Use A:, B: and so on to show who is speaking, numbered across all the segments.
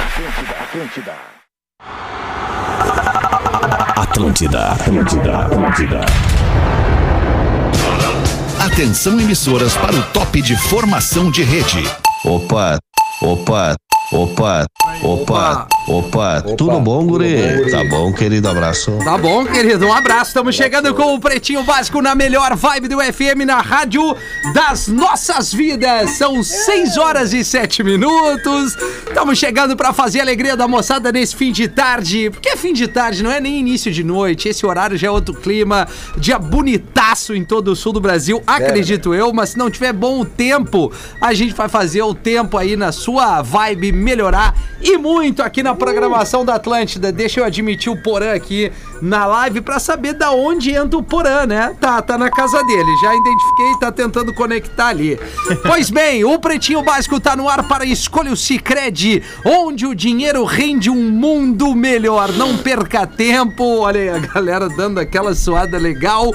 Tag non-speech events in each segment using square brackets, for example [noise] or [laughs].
A: Atlântida, Atlântida.
B: Atlântida, Atlântida, Atlântida.
C: Atenção emissoras para o top de formação de rede.
D: Opa, opa, opa, opa, opa, tudo bom, guri? Tá bom, querido, abraço.
E: Tá bom, querido. Um abraço. Estamos chegando com o Pretinho Básico na melhor vibe do FM na rádio das nossas vidas. São 6 horas e 7 minutos. Estamos chegando para fazer a alegria da moçada nesse fim de tarde. Porque é fim de tarde, não é nem início de noite. Esse horário já é outro clima. Dia bonitaço em todo o sul do Brasil, acredito eu. Mas se não tiver bom o tempo, a gente vai fazer o tempo aí na sua vibe melhorar e muito aqui na programação da Atlântida. Deixa eu admitir o Porã aqui na live pra saber da onde entra o Porã, né? Tá, tá na casa dele, já identifiquei, tá tentando conectar ali. pois bem, o Pretinho Básico tá no ar para escolha o Cicred, onde o dinheiro rende um mundo melhor. Não perca tempo. Olha aí, a galera dando aquela suada legal.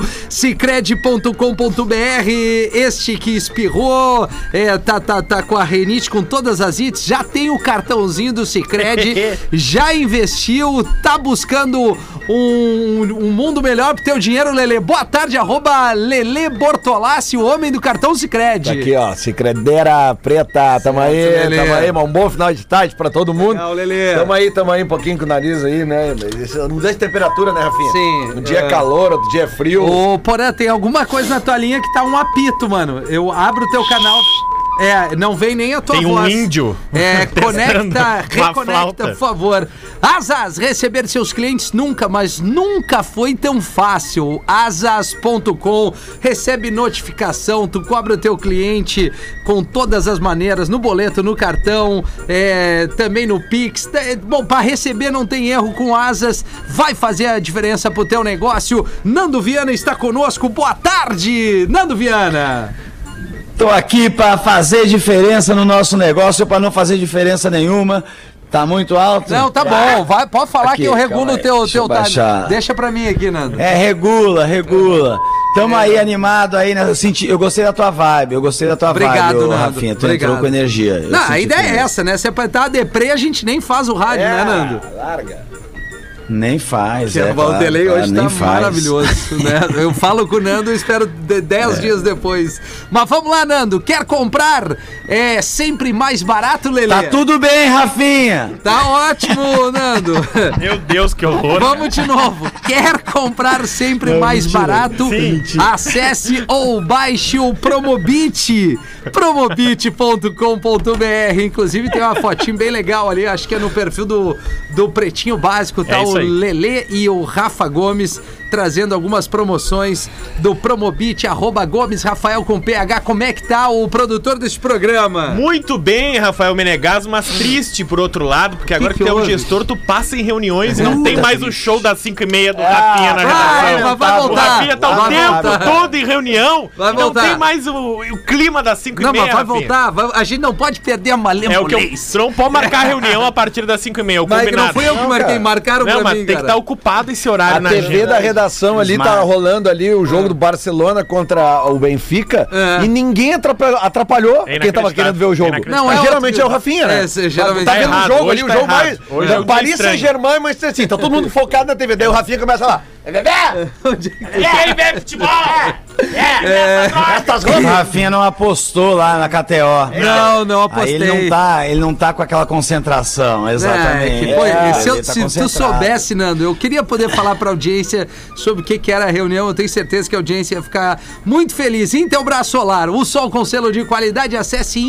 E: Cicred.com.br, este que espirrou, é, tá, tá, tá com a renite, com todas as hits, já tem o cartãozinho do [laughs] Cicred, já investiu, tá buscando um, um mundo melhor pro teu dinheiro, Lele. Boa tarde, arroba Lele Bortolassi, o homem do cartão Cicred.
A: Tá aqui, ó, Cicredeira Preta, tamo aí,
E: Lelê.
A: tamo aí, mano. um bom final de tarde pra todo mundo.
E: Legal, Lelê.
A: Tamo aí, tamo aí, um pouquinho com o nariz aí, né? Esse- Mudança de temperatura, né, Rafinha?
E: Sim,
A: Um dia é
E: é.
A: calor, outro dia é frio.
E: Ô, Porã, tem alguma coisa na tua linha que tá um apito, mano. Eu abro o teu canal. É, não vem nem a tua
F: Tem um
E: voz.
F: índio
E: É,
F: [laughs] testando uma
E: conecta, reconecta,
F: flauta.
E: Então, por favor. Asas, receber seus clientes nunca, mas nunca foi tão fácil. Asas.com, recebe notificação, tu cobra o teu cliente com todas as maneiras, no boleto, no cartão, é, também no Pix. É, Bom, para receber não tem erro com Asas, vai fazer a diferença pro teu negócio. Nando Viana está conosco, boa tarde, Nando Viana.
G: Tô aqui pra fazer diferença no nosso negócio ou pra não fazer diferença nenhuma. Tá muito alto?
E: Não, tá bom, vai, pode falar
G: Aqui,
E: que eu regulo
G: calma
E: o
G: aí,
E: teu,
G: deixa eu
E: teu time.
G: baixar.
E: Deixa pra mim aqui, Nando.
G: É, regula, regula. Tamo aí animado aí, né? Eu, senti, eu gostei da tua vibe, eu gostei da tua vibe,
E: Obrigado,
G: ô,
E: Nando.
G: Rafinha. Tu
E: Obrigado.
G: entrou com energia. Eu
E: Não, a
G: senti
E: ideia
G: que-
E: é essa, né? Se é pra tá deprê, a gente nem faz o rádio,
G: É.
E: né, Nando?
A: larga.
G: Nem faz,
E: Que
G: é.
E: o Valdelei
G: claro,
E: hoje
G: nem
E: tá
G: faz.
E: maravilhoso, né?
G: [laughs]
E: Eu falo com o Nando e espero
G: É.
E: 10 dias depois. Mas vamos lá, Nando. Quer comprar? É sempre mais barato, Lelê?
G: Tá tudo bem, Rafinha.
E: Tá ótimo,
G: [laughs]
E: Nando.
F: Meu Deus, que horror.
E: Vamos de novo. Quer comprar sempre mais barato? Acesse ou baixe o Promobit. Promobit.com.br. Inclusive tem uma fotinho bem legal ali. Acho que é no perfil do, do Pretinho Básico. Tá o
F: É isso aí.
E: Lelê e o Rafa Gomes trazendo algumas promoções do Promobit. Arroba Gomes Rafael com PH. Como é que tá o produtor desse programa?
F: Muito bem, Rafael Menegas, mas triste por outro lado, porque agora que,
E: que
F: tu é um
E: houve?
F: gestor, tu passa em reuniões e
A: É
F: não tem mais o show das 5 e meia do Rafinha na
E: Ah, Vai,
F: redação.
E: mas vai
F: O
E: voltar.
F: Rafinha tá o
E: Vai
F: tempo
E: voltar.
F: todo em reunião
E: Vai
F: e não
E: voltar.
F: tem mais o, o clima das 5 e
E: Não,
F: meia,
E: mas vai
F: Rafinha.
E: voltar. vai- a gente não pode perder a
F: É o que eu...
E: malemolência.
F: Tu não pode marcar reunião a partir das 5 e meia, o
E: Mas que
F: combinado.
E: não fui eu que marquei, marcaram
F: Não,
E: pra
F: mas
E: mim,
F: tem que tá
E: cara.
F: estar ocupado esse horário
A: A
F: na
A: TV
F: agenda.
A: da redação ali tá rolando ali o jogo do Barcelona contra o Benfica
E: É.
A: e ninguém atrapa- atrapalhou
F: É
A: quem tava
F: inacreditável.
A: querendo ver o jogo.
F: Inacreditável.
E: Não, é
A: Mas
E: outro
A: geralmente
E: que-
A: é o Rafinha, né?
E: É, se- geralmente
A: tá
E: tá
A: vendo
F: errado,
A: o jogo
F: hoje
A: ali, o
F: tá
A: jogo
F: errado.
A: mais.
F: Hoje é um dia
A: Paris
F: estranho.
A: Saint-Germain, mas assim, tá todo mundo focado na TV. Daí o Rafinha começa lá.
F: E aí, vem futebol! É,
E: É,
G: O Rafinha não apostou lá na KTO.
E: Não, não
G: Aí
E: apostei.
G: ele não tá, ele não tá com aquela concentração,
E: É,
G: exatamente.
E: que foi-
G: É,
E: se eu-
G: ele tá
E: se tu
G: concentrado.
E: soubesse, Nando, eu queria poder falar pra audiência sobre o que, que era a reunião. Eu tenho certeza que a audiência ia ficar muito feliz. Intelbras Solar, o sol com selo de qualidade. Acesse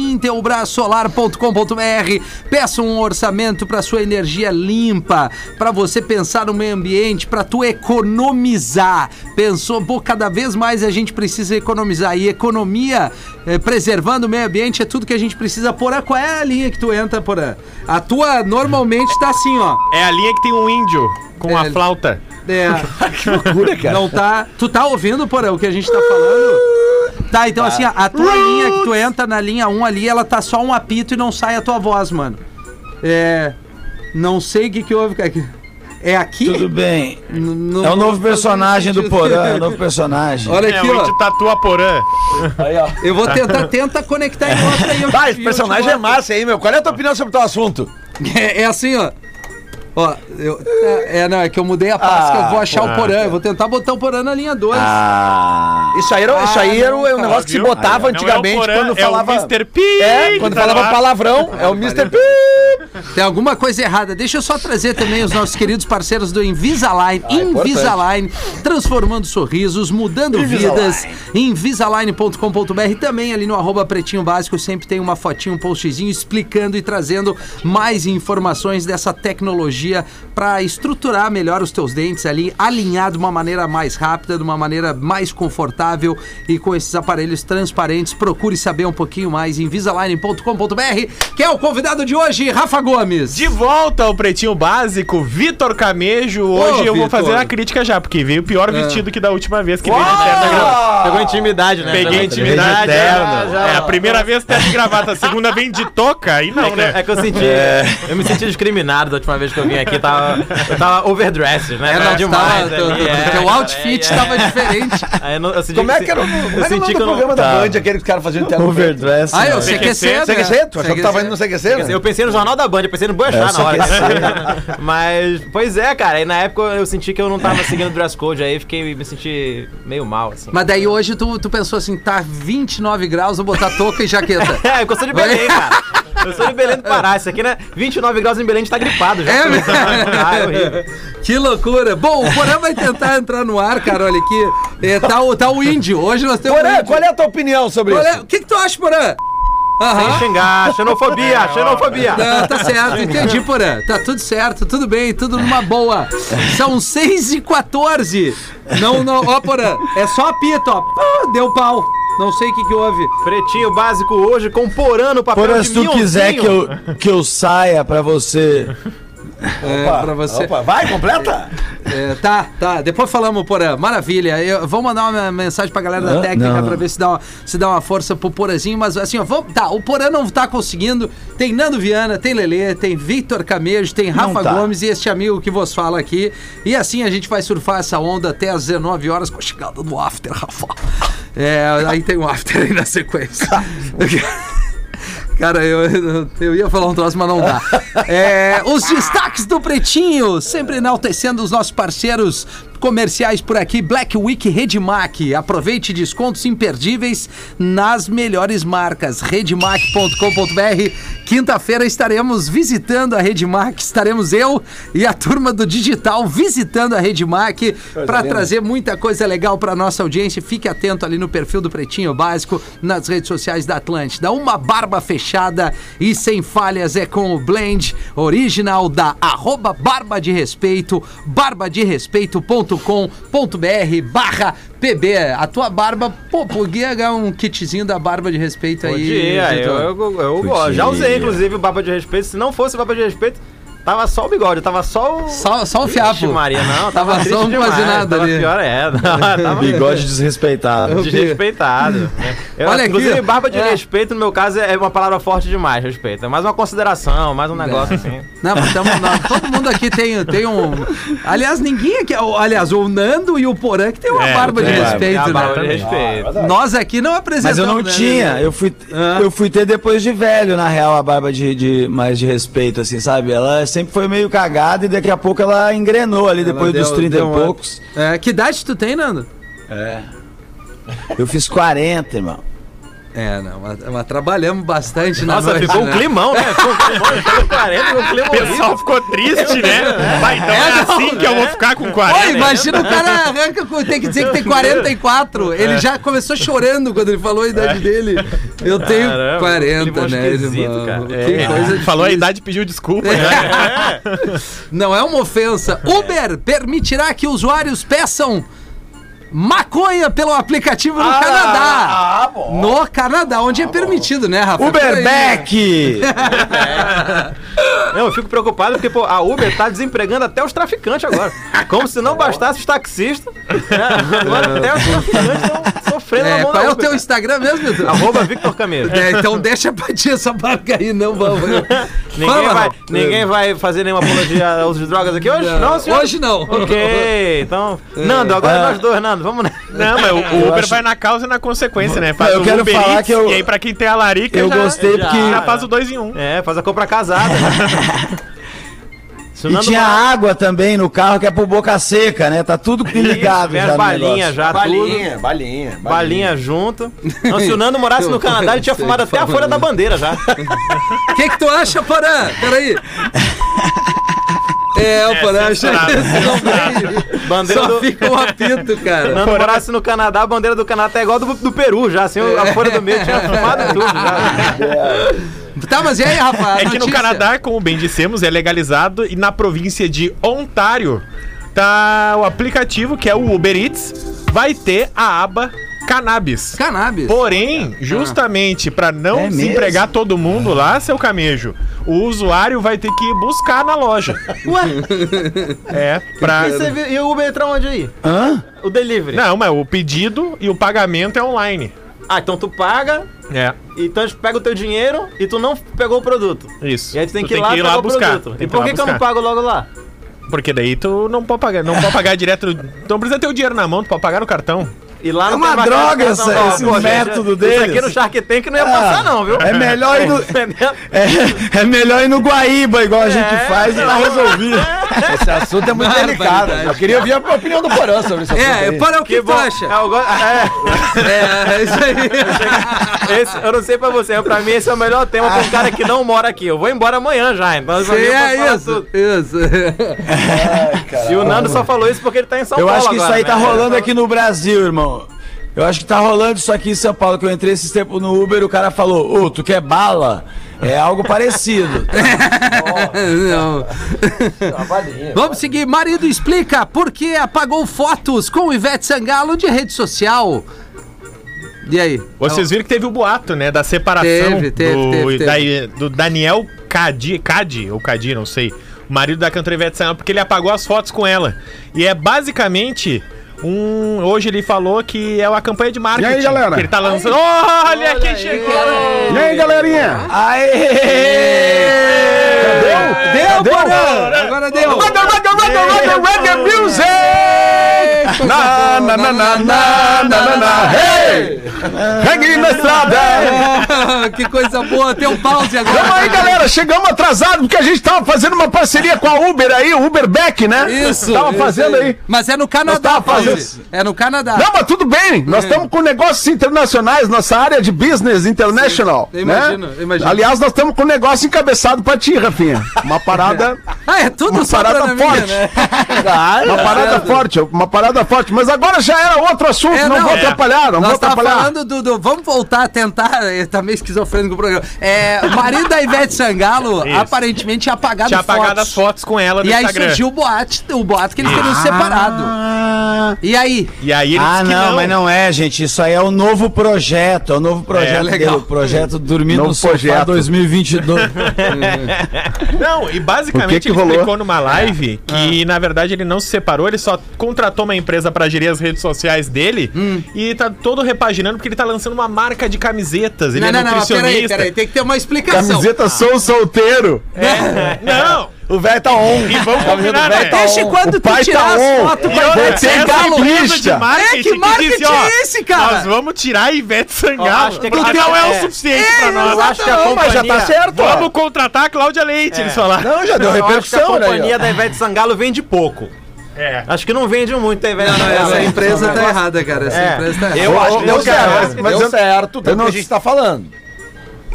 E: intelbrasolar.com.br. Peça um orçamento pra sua energia limpa, pra você pensar no meio ambiente, pra tu economizar. Pensou, pô, cada vez mais a gente precisa economizar. E economia, eh, preservando o meio ambiente, é tudo que a gente precisa. Porã, qual é a linha que tu entra, Porã? A tua normalmente tá assim, ó.
F: É a linha que tem um índio com
E: É.
F: a flauta.
E: É,
G: [laughs]
A: Que loucura, cara.
E: não tá. Tu tá ouvindo, Porã, o que a gente tá falando? Tá, então assim, ó, a tua linha que tu entra na linha 1 ali, ela tá só um apito e não sai a tua voz, mano. É. Não sei o que que houve, cara. É aqui?
G: Tudo bem.
E: N- não-
G: É o novo personagem do
E: sentido.
G: Porã, é
E: [laughs]
G: o novo personagem.
E: Olha
F: É,
E: aqui,
F: o índio
E: ó.
F: Tatuaporã.
A: Aí, ó.
E: Eu vou tentar, tenta conectar em outra aí. eu
A: Vai, esse
E: te- eu te [laughs]
A: personagem é
E: boto.
A: massa, hein, meu? Qual é a tua opinião sobre o teu assunto?
E: É, é assim, ó. Ó, eu, é, é, não, é que eu mudei a pasta que eu
F: Ah,
E: vou
F: tá.
E: achar o Porã. Eu vou tentar botar o Porã na linha 2.
G: Ah,
A: Isso aí era, isso aí
E: Ah,
A: era
E: não,
A: o- é um
E: cara,
A: negócio que se
E: viu?
A: botava
F: Não é o
A: antigamente
F: Porã,
A: quando falava.
F: É o Mr. P. tá
A: É, quando falava palavrão, é o Mr. P.
E: Tem alguma coisa errada. Deixa eu só trazer também os nossos queridos parceiros do Invisalign. Invisalign, transformando sorrisos, mudando vidas. Invisalign.com.br também ali no arroba pretinho básico sempre tem uma fotinho, um postzinho explicando e trazendo mais informações dessa tecnologia para estruturar melhor os teus dentes ali, alinhar de uma maneira mais rápida, de uma maneira mais confortável e com esses aparelhos transparentes. Procure saber um pouquinho mais em invisalign.com.br, que é o convidado de hoje, Rafa Gomes.
F: De volta ao Pretinho Básico, Vitor Camejo. Hoje eu
E: Vitor.
F: vou fazer a crítica já, porque veio pior vestido que da última vez que veio de terno e gravata.
H: Pegou intimidade, né?
F: Peguei
H: Jonathan?
F: intimidade.
H: Veio de
F: É,
H: terno. Já, já.
F: é, a primeira vez terno e gravata, a segunda vem de toca, aí
H: É
F: não,
H: que,
F: né?
H: é que eu senti. Eu me senti discriminado da última vez que eu vim aqui. Tava, eu tava overdressed, né?
E: É,
H: Tava
E: não,
H: demais.
E: tá,
H: ali,
E: teu, teu-
H: é,
E: teu
H: cara,
E: outfit
H: é, é.
E: estava diferente.
H: Aí eu não- eu senti
A: Como é
H: se-
A: que era o, como
H: eu
A: é que era o
H: senti
A: nome
H: que
A: do
H: eu não-
A: programa da
H: tá.
A: Band, aquele que o cara fazia o terno verde?
G: overdress.
E: Ah, eu
G: né?
E: sei que é cedo.
A: CQC? Tu achou que
E: é
A: tava indo no CQC? né?
H: Eu pensei no Jornal da Band, eu pensei no Boechat na
A: é
H: hora. [laughs] Mas, pois é, cara. E na época eu senti que eu não tava seguindo o dress code, aí fiquei, me senti meio mal, assim.
E: Mas daí hoje tu, tu pensou assim, tá 29 graus, vou botar touca
A: [laughs]
E: e jaqueta.
H: [laughs] É, porque eu sou de Belém, cara. Eu sou de Belém do Pará. Isso aqui, né? 29 graus em Belém, a gente tá gripado já.
E: É,
H: Ah, é horrível.
E: Que loucura. Bom, o Porã vai tentar entrar no ar, cara, olha aqui. É, tá, o- tá o índio. Hoje nós temos o
A: Porã,
E: índio.
A: qual é a tua opinião sobre
E: Porã,
A: isso?
E: O que, que tu acha, Porã? Aham.
H: Xingar, xenofobia, xenofobia.
E: É, Não, tá certo, entendi, Porã. Tá tudo certo, tudo bem, tudo numa boa. São 6 e 14 Não, não, ó, Porã, é só apito, ó. Ah, deu pau. Não sei o que, que houve.
H: Pretinho básico hoje, com porã no papel
E: é um
G: Porra,
H: de
G: se tu
H: mionzinho.
G: quiser que eu, que eu saia pra você.
E: É, pra você.
A: Opa, vai, completa!
E: É, tá, tá. Depois falamos, Porã. Maravilha. Eu vou mandar uma mensagem pra galera da
G: Hã?
E: técnica
G: Não.
E: pra ver se dá, uma, se dá uma força pro Porãzinho. Mas assim, ó, vamos, tá. O Porã não tá conseguindo. Tem Nando Viana, tem Lelê, tem Victor Camejo, tem Rafa
G: tá.
E: Gomes e este amigo que vos fala aqui. E assim a gente vai surfar essa onda até às 19 horas com a chegada do After, Rafa. É, aí tem o After aí na sequência. Cara, eu, eu ia falar um troço, mas não dá. É, os destaques do Pretinho, sempre enaltecendo os nossos parceiros comerciais por aqui. Black Week Redmac. Aproveite descontos imperdíveis nas melhores marcas. Redmac.com.br. Quinta-feira estaremos visitando a Redmac. Estaremos eu e a turma do Digital visitando a Redmac para trazer muita coisa legal para nossa audiência. Fique atento ali no perfil do Pretinho Básico, nas redes sociais da Atlântida. Uma barba fechada e sem falhas é com o Blend original da arroba barba de respeito, barbaderespeito.com.br barra PB. A tua barba, pô, podia ganhar um kitzinho da barba de respeito aí.
H: Podia, eu,
E: Vitor.
H: eu, eu, eu gosto. Já usei, inclusive, o Baba de Respeito. Se não fosse o Baba de Respeito, tava só o bigode, tava só o...
E: Só, só um
H: Vixe,
E: fiapo.
H: Maria, não, tava,
E: Tava só
H: triste
E: um
H: demais,
E: quase nada
H: tava
E: ali.
H: pior,
E: [laughs]
H: é. não, tava
G: Bigode desrespeitado.
H: desrespeitado. né? Eu,
E: Olha aqui,
H: inclusive, barba de
E: é.
H: respeito, no meu caso, é uma palavra forte demais, respeito. É mais uma consideração, mais um negócio
E: É.
H: assim.
E: Não, mas tamo, não, todo mundo aqui tem, tem um. Aliás, ninguém aqui. o- Aliás, o Nando e o Porã que tem uma
F: É,
E: barba de
G: tem barba.
H: É
E: respeito,
H: a barba de
E: né?
H: respeito.
E: Nós aqui não apresentamos.
G: Mas eu não
E: né,
G: tinha.
E: Lelê?
G: Eu fui,
E: Ah.
G: eu fui ter depois de velho, na real, a barba de, de- mais de respeito, assim, sabe? Ela sempre foi meio cagada e daqui a pouco ela engrenou ali
E: Ela
G: depois dos
E: deu-
G: 30
E: deu
G: e
E: uma-
G: poucos.
E: É, que idade tu tem, Nando?
G: Eu fiz 40, irmão.
E: É, não, mas, mas trabalhamos bastante na
H: Nossa,
E: noite,
H: ficou um
E: né?
H: climão, né? Ficou um climão, ficou um 40, ficou um climão
F: O pessoal ficou triste, né? Vai, então é assim que eu vou ficar com 40.
H: né?
E: Pô, imagina o cara arranca, com- tem que dizer que tem 44.
H: É.
E: Ele já começou chorando quando ele falou a idade dele. Eu tenho
H: Caramba,
E: 40,
H: climão
E: né,
H: esquisito,
E: irmão?
H: cara.
E: Que
H: É.
E: coisa
F: Falou a
E: difícil.
F: idade e pediu desculpa.
E: É.
F: né?
E: Não é uma ofensa. Uber permitirá que usuários peçam maconha pelo aplicativo
A: Ah,
E: no Canadá. no Canadá, onde é permitido, né, Rafa? Peraí.
G: Uberbeck!
H: Não, eu fico preocupado porque pô, a Uber tá desempregando até os traficantes agora. Como se não bastasse os taxistas. né? Agora até os traficantes estão sofrendo na
E: É,
H: mão
E: qual é o
H: da Uber,
E: teu
H: cara.
E: Instagram mesmo, Vitor?
A: [laughs]
H: Arroba Victor Camelo.
E: É, então deixa pra ti essa marca aí, não vamos.
H: Ninguém,
E: Fala,
H: vai,
E: Rafa.
H: ninguém vai fazer nenhuma apologia ao uso de drogas aqui hoje? Não, senhor?
E: Hoje não.
H: Ok, então. Nando, agora
G: Ah,
H: nós dois, Nando. falando, vamos né?
F: Não, mas o, o
G: Eu
F: Uber
G: acho-
F: vai na causa e na consequência, né? Faz
G: eu
F: o
G: quero
F: Uber
G: falar
F: Eats,
G: que eu-
F: e aí pra quem tem a larica
G: Eu
F: já,
G: gostei porque.
F: já faz o dois em um.
H: É, faz a compra casada. né? Se o
G: E
H: Nando
G: tinha
H: Moura-
G: água também no carro que é pro boca seca, né? Tá tudo ligado
H: [laughs] Isso,
G: já no
H: balinha
G: negócio.
H: já, tudo.
A: [laughs] Balinha, balinha, balinha.
H: Balinha junto. Não, se o Nando morasse no Canadá, ele tinha fumado até a folha da bandeira já.
E: O que, que tu acha, Porã? Peraí. É, o Porã acha
F: é
E: que
H: Bandeira
E: Só
H: do.
E: fica
H: [laughs]
E: um apito,
H: Se o
E: cara.
H: Nando morasse no Canadá, a bandeira do Canadá é igual do, do Peru já, assim, a folha do meio tinha fumado tudo já.
E: Tá, mas e aí, rapaz?
F: É que no Canadá, como bem dissemos, é legalizado e na província de Ontário tá o aplicativo que é o Uber Eats, vai ter a aba cannabis.
E: Cannabis.
F: Porém, justamente pra não
G: É
F: se
G: mesmo?
F: empregar todo mundo lá, seu camejo, o usuário vai ter que ir buscar na loja.
H: Ué,
F: É, pra
H: e, você viu- e o Uber entra onde aí?
G: Hã?
H: O delivery.
F: Não, mas o pedido e o pagamento é online.
H: Ah, então tu paga,
F: É,
H: então tu pega o teu dinheiro e tu não pegou o produto.
F: isso.
H: E aí tu tem que ir lá, pegar o produto. E por que, que eu não
F: pago?
H: pago logo lá?
F: Porque daí tu não pode pagar, não pode pagar direto, tu não precisa ter o dinheiro na mão, tu pode pagar no cartão.
H: E lá
G: É
H: não
G: uma
H: tem marcação,
G: droga essa-
H: não.
G: esse
H: gente,
G: método
H: Isso aqui
G: deles.
H: no Shark Tank não ia passar, não, viu?
G: É
H: [laughs]
G: melhor ir no, [laughs]
H: Entendeu?
G: é, é melhor ir no Guaíba, igual a gente
H: É,
G: faz, e tá
H: [laughs]
G: resolvido.
A: Esse assunto é muito delicado.
H: né?
E: Barbaridade.
A: Eu queria ouvir a opinião do Porã sobre isso.
E: É, Porã, o que,
H: Que
E: tu
H: bom.
E: acha?
H: É, eu, go-
G: [laughs]
H: é,
E: É, é isso aí.
H: esse- eu não sei pra você, mas pra mim esse é o melhor tema pra um cara que não mora aqui. Eu vou embora amanhã
E: [laughs]
H: já, então pra
E: Sim,
H: mim eu posso falar
E: é isso.
H: tudo.
E: Isso. [laughs]
H: E o Nando só falou isso porque ele tá em São
G: Eu
H: Paulo
G: acho que isso
H: agora,
G: aí tá
H: né?
G: rolando aqui no Brasil, irmão. Eu acho que tá rolando isso aqui em São Paulo, que eu entrei esses tempos no Uber o cara falou, ô, tu quer bala? É algo
A: [laughs]
G: parecido.
E: Não. [laughs] Vamos seguir. Marido explica por que apagou fotos com Ivete Sangalo de rede social. E aí?
F: Vocês viram que teve o boato, né, da separação
E: Teve, teve,
F: do,
E: teve, teve.
F: da- do Daniel Cadi, Cadi ou Cadi, não sei, o marido da cantora Ivete Sangalo, porque ele apagou as fotos com ela. E é basicamente um... Hoje ele falou que é uma campanha de marketing.
I: galera?
F: que ele tá lançando... Olha, quem chegou!
I: E aí, galerinha?
G: Aê!
E: Deu, deu, Porã! Agora deu!
I: Na, na, na, na, na, na, na, na, hey! Reggae na estrada!
E: É, [laughs] que coisa boa, tem um pause agora.
I: Tamo aí, galera. Chegamos atrasados porque a gente tava fazendo uma parceria com a Uber aí, Uber Back, né?
E: Isso.
I: Tava
E: isso
I: fazendo aí.
E: Mas é no Canadá,
I: tava fazendo
E: pause.
I: isso.
E: É no Canadá.
I: Não, mas tudo bem. Nós estamos com negócios internacionais, nossa área de business international.
E: Sim, eu imagino,
I: né?
E: eu imagino.
I: Aliás, nós estamos com um negócio encabeçado pra ti, Rafinha. Uma
A: [laughs]
I: parada.
E: Ah, é tudo
I: uma parada
E: sobrenome,
I: forte.
E: né?
I: uma parada forte, uma parada forte. Mas agora já era outro assunto,
E: É,
I: não,
E: não,
I: vou
E: é.
I: atrapalhar, não vou
E: Nós tava
I: atrapalhar.
E: falando do, do- Vamos voltar a tentar. eh, Tá meio esquizofrênico o programa. É, o marido da Ivete Sangalo
F: Isso.
E: aparentemente tinha apagado
F: Tinha apagado as fotos com ela no
E: E aí
F: Instagram.
E: surgiu o boato, o boato que eles teriam separado. E aí?
F: E aí ele
G: Ah,
F: disse que
G: não,
F: não,
G: mas não é, gente. Isso aí é o novo projeto. É o novo projeto.
E: legal.
G: dele, o projeto Dormindo
I: Novo
G: no Sofá
I: projeto.
G: 2022.
F: Não, e
I: O que
F: basicamente
I: que
F: ele
I: rolou?
F: explicou numa live que, na verdade, ele não se separou, ele só contratou uma empresa pra gerir as redes sociais dele e tá todo repaginando porque ele tá lançando uma marca de camisetas. Ele é nutricionista.
E: Tem que ter uma explicação.
I: Camiseta Sou Solteiro.
F: É, Não!
I: O velho tá on.
F: E vamos combinar, né?
E: Deixa quando
I: O
E: tu
I: pai tá
E: tirar as
I: on.
E: fotos
F: E olha,
I: Vai
E: pra
I: ter
F: essa
I: galo
F: empresa
I: lista.
F: de marketing
E: É, que
F: que
E: marketing
F: disse, ó,
E: é esse, cara?
F: Nós vamos tirar a Ivete
H: Ó,
F: Sangalo.
H: acho que é
F: porque
H: que-
F: não é,
H: é.
F: o suficiente pra
H: Eu
F: nós.
H: acho que é a
I: Não, mas
H: companhia...
I: já tá certo. ó.
F: Vamos contratar a Cláudia Leite,
H: É.
F: eles falaram.
I: Não, já deu
H: Eu acho que a
I: repercussão, né?
H: companhia da Ivete Sangalo vende pouco.
F: É.
H: Acho que não vende muito a Ivete Sangalo.
E: Essa empresa tá errada, cara. Essa
H: É.
E: empresa tá
I: Eu
E: errada.
I: acho que deu certo.
A: Mas deu
I: Mas eu-
A: certo,
I: eu
A: do
I: não-
A: que a gente tá falando.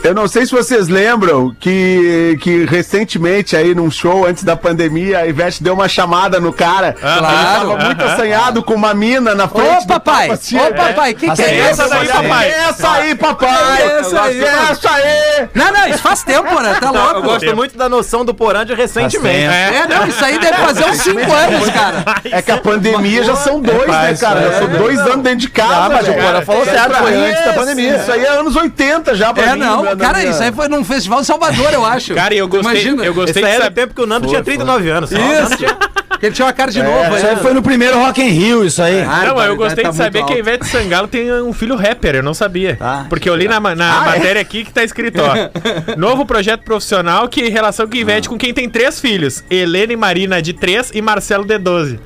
I: Eu não sei se vocês lembram que, que recentemente, aí num show antes da pandemia, a Ivete deu uma chamada no cara.
G: Ah,
E: Claro.
I: Ele tava muito assanhado com uma mina na frente.
E: Ô,
I: do
E: papai!
I: palco, assim, é.
E: Ô, papai, o que, que é
F: Essa
E: isso?
F: daí, papai.
I: Essa aí, papai!
E: Essa aí,
I: Essa aí!
E: Não, não, isso faz tempo, né? Tá louco.
H: Eu gosto muito da noção do Porã de recentemente.
G: Tá
E: É, não, isso aí deve fazer uns 5 anos, cara.
I: É que a pandemia já são dois, né, cara?
F: é.
I: Já são dois anos dentro de casa.
A: mas o
I: velho.
A: Porã falou
I: Isso
A: certo, foi
I: aí
A: antes da
I: é-
A: pandemia.
I: Isso aí é anos 80 já pra
E: É,
I: mim,
E: não,
I: né, na
E: cara,
I: minha-
E: isso aí foi num festival em Salvador, eu acho.
F: Cara, eu gostei,
E: Imagina.
F: eu
H: Esse
F: gostei
H: aí é
F: de
H: era o
F: saber.
H: tempo que o Nando tinha 39 anos. só.
E: Isso. Que ele tinha uma cara de novo, né?
G: Isso aí foi no primeiro Rock in Rio, isso aí.
I: Ah,
F: Não, mas eu gostei
E: tá
F: de
I: tá
F: saber que a
E: quem
F: Ivete Sangalo tem um filho rapper, eu não sabia.
E: Ah,
G: Tá.
F: Porque eu li na, ma- na
E: é?
F: matéria aqui que tá
E: [laughs]
F: escrito, ó. Novo projeto profissional que relação que
E: Ah.
F: Ivete com quem tem três filhos. Helena e Marina de 3 e Marcelo de 12.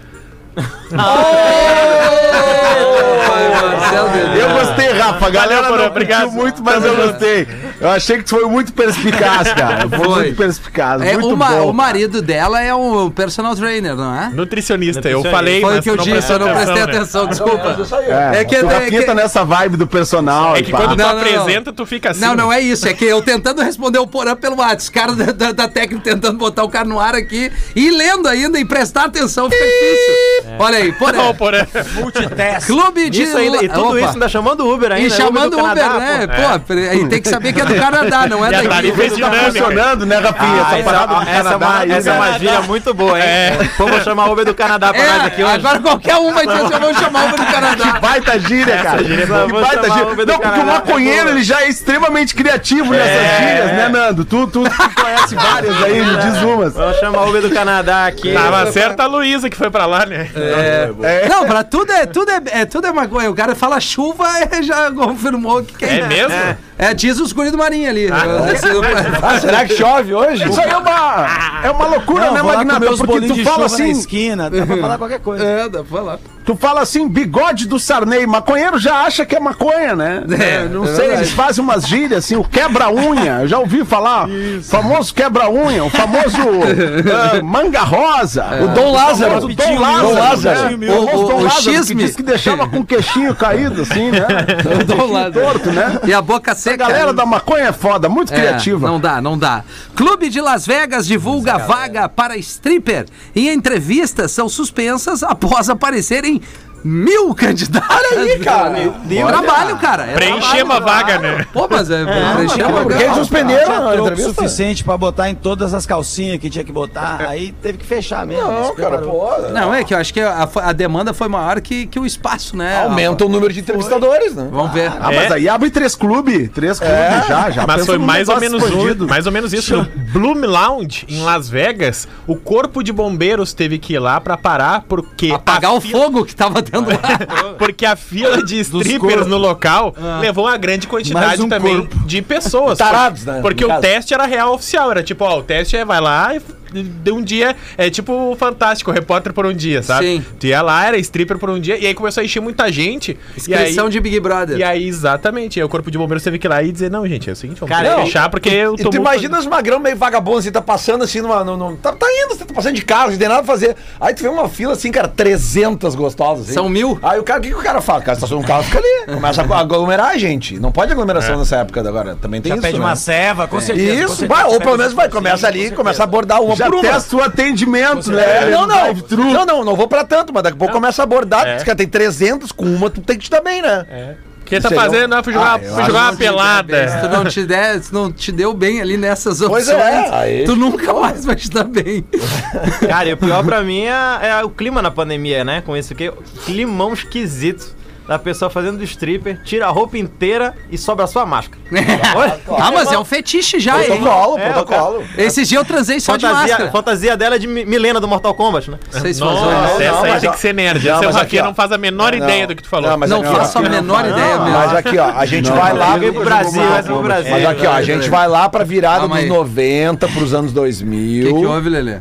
I: Rafa, a galera
F: Valeu, Porã,
I: não
F: obrigado.
I: curtiu muito, mas eu gostei. Eu achei que tu foi muito perspicaz, cara. Foi
E: Foi.
I: muito perspicaz,
E: É,
I: muito
E: o, ma-
I: bom.
E: o marido dela é um personal trainer, não é?
F: Nutricionista, eu
H: Nutricionista.
F: falei,
E: Foi o
F: mas
E: que eu
F: tu
E: disse, eu não prestei
F: né?
E: atenção, desculpa.
I: É,
E: É que-
I: que tu
E: é
I: Rafinha
E: que-
I: tá nessa vibe do personal.
F: É
I: e
F: que
I: pá.
F: quando tu
E: né? Não, não, não.
F: apresenta, tu fica assim.
E: Não, não é isso. É que eu tentando responder o Porã pelo WhatsApp, cara da, da, da técnica tentando botar o cara no ar aqui e lendo ainda e prestar atenção fica difícil. Olha aí,
F: [laughs]
E: Porã.
F: Não, Porã.
E: Clube de...
H: Isso ainda, e tudo
E: Opa.
H: isso ainda chamando Uber ainda.
E: E
H: né?
E: chamando
H: do
E: o Uber,
H: Canadá,
E: né?
H: pô.
E: Pô, aí tem que saber que é do Canadá, não é
F: E a
E: daqui.
F: tarifa é dinâmica.
I: funcionando, né, Rafinha?
H: Ah,
I: essa parada do
H: essa, é
I: Canadá
H: uma-
I: aí,
H: essa é
I: né?
H: uma gíria muito boa, hein?
F: É.
H: Pô, vou chamar Uber do Canadá pra nós aqui
E: É,
H: hoje.
E: agora qualquer um vai dizer assim, eu vou chamar o Uber do
I: [laughs]
E: Canadá.
I: Baita gíria, cara.
H: gíria é
I: que
H: boa.
I: baita
H: Vou chamar
I: gíria.
H: o Uber do
I: Não, porque o
H: Canadá,
I: maconheiro, ele já é extremamente criativo nessas gírias, né, Nando? Tu, tu, tu conhece várias aí, me diz umas.
H: Vamos chamar Uber do Canadá aqui.
E: Tá,
F: Tava certa a Luísa que foi pra lá, né?
E: É. Não, pra tudo é, tudo é, é- tudo é maconha. O cara fala chuva [laughs] e já confirmou que quem
F: É mesmo?
E: É, diz os guri do Marinho ali. assim,
G: Ah, será que chove hoje?
I: Isso aí é uma, é uma loucura, né,
G: vou lá comer
I: Magnata?
G: uns
I: Porque
G: bolinhos
I: tu
G: de
I: fala
G: chuva né, na
I: assim,
G: esquina, tá [laughs] dá pra falar qualquer coisa.
E: É, dá pra falar.
I: tu fala assim, bigode do Sarney, maconheiro já acha que é maconha, né?
E: É,
I: não
E: é
I: sei,
E: verdade.
I: eles fazem umas gírias assim, o quebra-unha, eu já ouvi falar, o famoso quebra-unha, o famoso ah, manga rosa, o Dom Lázaro, o Dom Lázaro,
G: Lázaro.
I: né? o,
E: O-
I: famoso
E: o-
I: Dom
E: o
I: Lázaro, que
E: chisme.
I: disse que deixava com o queixinho caído assim, né?
E: Eu dou um lado.
I: Torto, né?
E: E a boca
I: A
E: seca.
I: galera da maconha é foda, muito
E: É,
I: criativa.
E: Não dá, não dá. Clube de Las Vegas divulga vaga para stripper e entrevistas são suspensas após aparecerem mil [laughs] candidatos. Olha aí, cara. trabalho, cara. É
F: Preencher
E: trabalho.
F: uma vaga, né?
E: Pô, mas é, preencher uma
A: Por que
E: vaga.
A: suspenderam
G: Tinha
A: a
G: troco
A: entrevista?
G: suficiente pra botar em todas as calcinhas que tinha que botar, aí teve que fechar mesmo. Não, cara,
E: Não, é que eu acho que a, a demanda foi maior que, que o espaço, né?
A: Aumenta o número de entrevistadores, né?
E: Vamos ver.
I: Ah, mas
F: É.
I: aí abre três clubes, três clubes já, já.
F: Mas
I: Tá, Pensa
F: foi
I: num
F: mais ou,
I: negócio
F: menos
I: escondido.
F: isso, mais ou menos isso. No Bloom Lounge, em Las Vegas, o corpo de bombeiros teve que ir lá pra parar porque...
E: Apagar
F: a
E: o
F: fi-
E: fogo que tava tendo lá.
F: [laughs] Porque a fila de strippers
G: corpos.
F: no local
E: Ah.
F: levou uma grande
G: Mais
F: quantidade
G: um
F: também
G: corpo.
F: de pessoas.
A: Tarados,
F: Por-
A: né,
F: Porque
A: no
F: o
A: caso.
F: teste era real oficial. Era tipo, ó, o teste é vai lá e f- de um dia. É tipo o fantástico, repórter por um dia, sabe?
E: Sim.
F: Tu ia lá, era stripper por um dia, e aí começou a encher muita gente. [laughs] E aí,
E: Inscrição de Big Brother.
F: e aí, exatamente. E aí o corpo de bombeiros teve que ir lá e dizer, não, gente, é o seguinte, vamos
H: Cara,
A: não,
F: fechar, porque eu
A: E
F: tô
A: tu imagina os magrão meio vagabundo, assim, tá passando assim numa. num- num- tá, tá indo, você tá passando de carro, não tem nada pra fazer. Aí tu vê uma fila assim, cara, 300 gostosas. assim.
E: São mil.
A: Aí o cara, o que, que o cara faz? O cara estaciona um carro e fica ali. Começa a aglomerar, gente. Não pode aglomeração nessa época agora. Também tem
G: Já
A: isso.
G: pede
A: né?
G: uma ceva, com certeza. com
A: Isso,
G: certeza.
A: vai, ou pelo menos vai, começa ali, começa a abordar uma
I: Já
A: por uma.
I: testa o atendimento,
A: É,
I: né?
A: não, não.
I: Drive-thru.
A: Não, não, não vou pra tanto, mas daqui a pouco começa a abordar. Os caras tem 300 com uma, tu tem que te dar bem, né?
F: O que tá
A: Seriam-
F: fazendo? Ah, fui jogar,
A: Ah, eu
F: fui
A: acho é
F: jogar uma
E: Não te deu bem. Se
F: pelada.
E: tu não te der, se não te deu bem ali nessas opções,
A: Pois é, aí
E: tu nunca mais vai te dar bem.
H: Cara, e o pior pra mim é, é o clima na pandemia, né? Com isso aqui, climão esquisito. Da pessoa fazendo stripper, tira a roupa inteira e sobra só a máscara.
E: [laughs]
H: Olha,
E: ah, mas é um fetiche já, hein?
A: Protocolo,
H: É, o
A: protocolo.
E: Esse dia eu transei só de
H: fantasia,
E: máscara.
H: fantasia dela é de Mi- Milena do Mortal Kombat, né?
E: Não sei se
F: Nossa, é.
E: vazou, né?
A: não,
F: essa
A: não,
F: aí
A: mas
F: tem
A: ó-
F: que ser nerd.
A: não,
F: Essa o
A: mas aqui,
F: Rafinha
A: ó.
F: não faz a menor ideia do que tu falou.
A: mas
E: Não
A: aqui, ó.
E: faço a menor ideia mesmo.
A: Mas aqui, ó, a gente
I: Não,
A: vai
I: não,
A: lá.
H: Veio pro Brasil, mas pro Brasil.
A: Mas aqui, ó, a gente vai lá pra virada
E: um Calma
A: dos
E: aí.
A: 90 pros anos
E: O que,
A: 2000.
E: que houve, Lelê?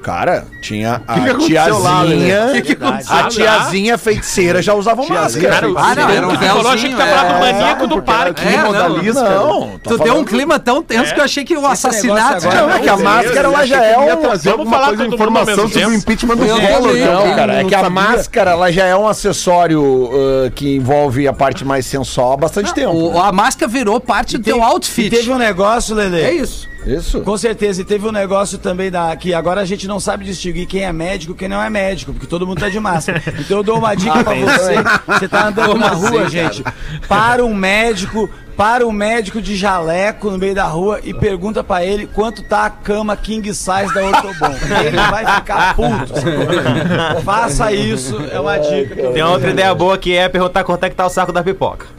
A: Cara, tinha a
I: que aconteceu lá,
A: tiazinha.
I: É
E: O é. que, que aconteceu?
A: a tiazinha feiticeira já usava máscara.
F: Cara,
E: Ah, não, era um
F: tu falou, achei que tá
E: véuzinho,
F: falando
E: é,
F: do maníaco do parque.
E: É, não.
A: não, tô
E: Tu deu um
A: falando-
E: clima tão tenso que eu achei que o assassinato.
G: negócio agora
A: Não, é que a
I: Meu
A: máscara
I: Deus,
A: ela
I: eu
A: já
I: achei
A: é
I: que ele ia
A: um.
I: trazer
F: Vamos
I: alguma
F: falar
I: coisa,
F: todo mundo ao
I: informação
F: mesmo
I: sobre o
F: tempo?
I: impeachment do
E: Eu
I: Collor,
E: também,
A: Não,
I: né?
A: cara, é que a
I: sabia.
A: máscara ela já é um acessório uh, que envolve a parte mais sensual há bastante tempo.
E: O-
A: né?
E: a máscara virou parte do teu
G: E teve
E: outfit.
G: um negócio, Lele.
E: É isso.
A: Isso.
G: Com certeza, e teve um negócio também da, que agora a gente não sabe distinguir quem é médico e quem não é médico, porque todo mundo tá de máscara. Então eu dou uma dica pra você. Você tá andando na rua, gente. Para um médico, para um médico de jaleco no meio da rua e pergunta pra ele quanto tá a cama king size da Ortobon. Ele vai ficar puto. sacou? Faça isso, é uma dica. que eu
H: Tem
G: dou.
H: uma outra ideia boa que é perguntar quanto é que tá o saco da pipoca.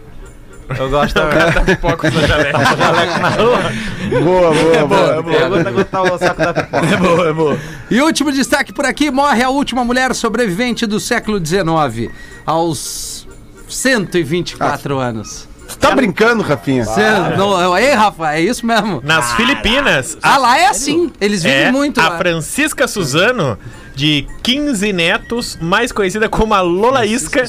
H: Eu gosto
E: é
H: Tá também.
E: tá
F: Pipoca
H: [laughs]
F: do Jalé.
I: Boa,
H: É
I: boa, boa.
H: Pergunta quanto tá o saco da pipoca.
E: É E último destaque por aqui: morre a última mulher sobrevivente do século XIX, aos 124 anos.
I: Tá brincando, Rafinha?
E: Cê, não, ei, Rafa, é isso mesmo.
F: Nas Filipinas,
E: Ah, lá é assim. Eles vivem
F: é,
E: muito.
F: a
E: lá.
F: Francisca Suzano, de 15 netos, mais conhecida como a Lola Isca,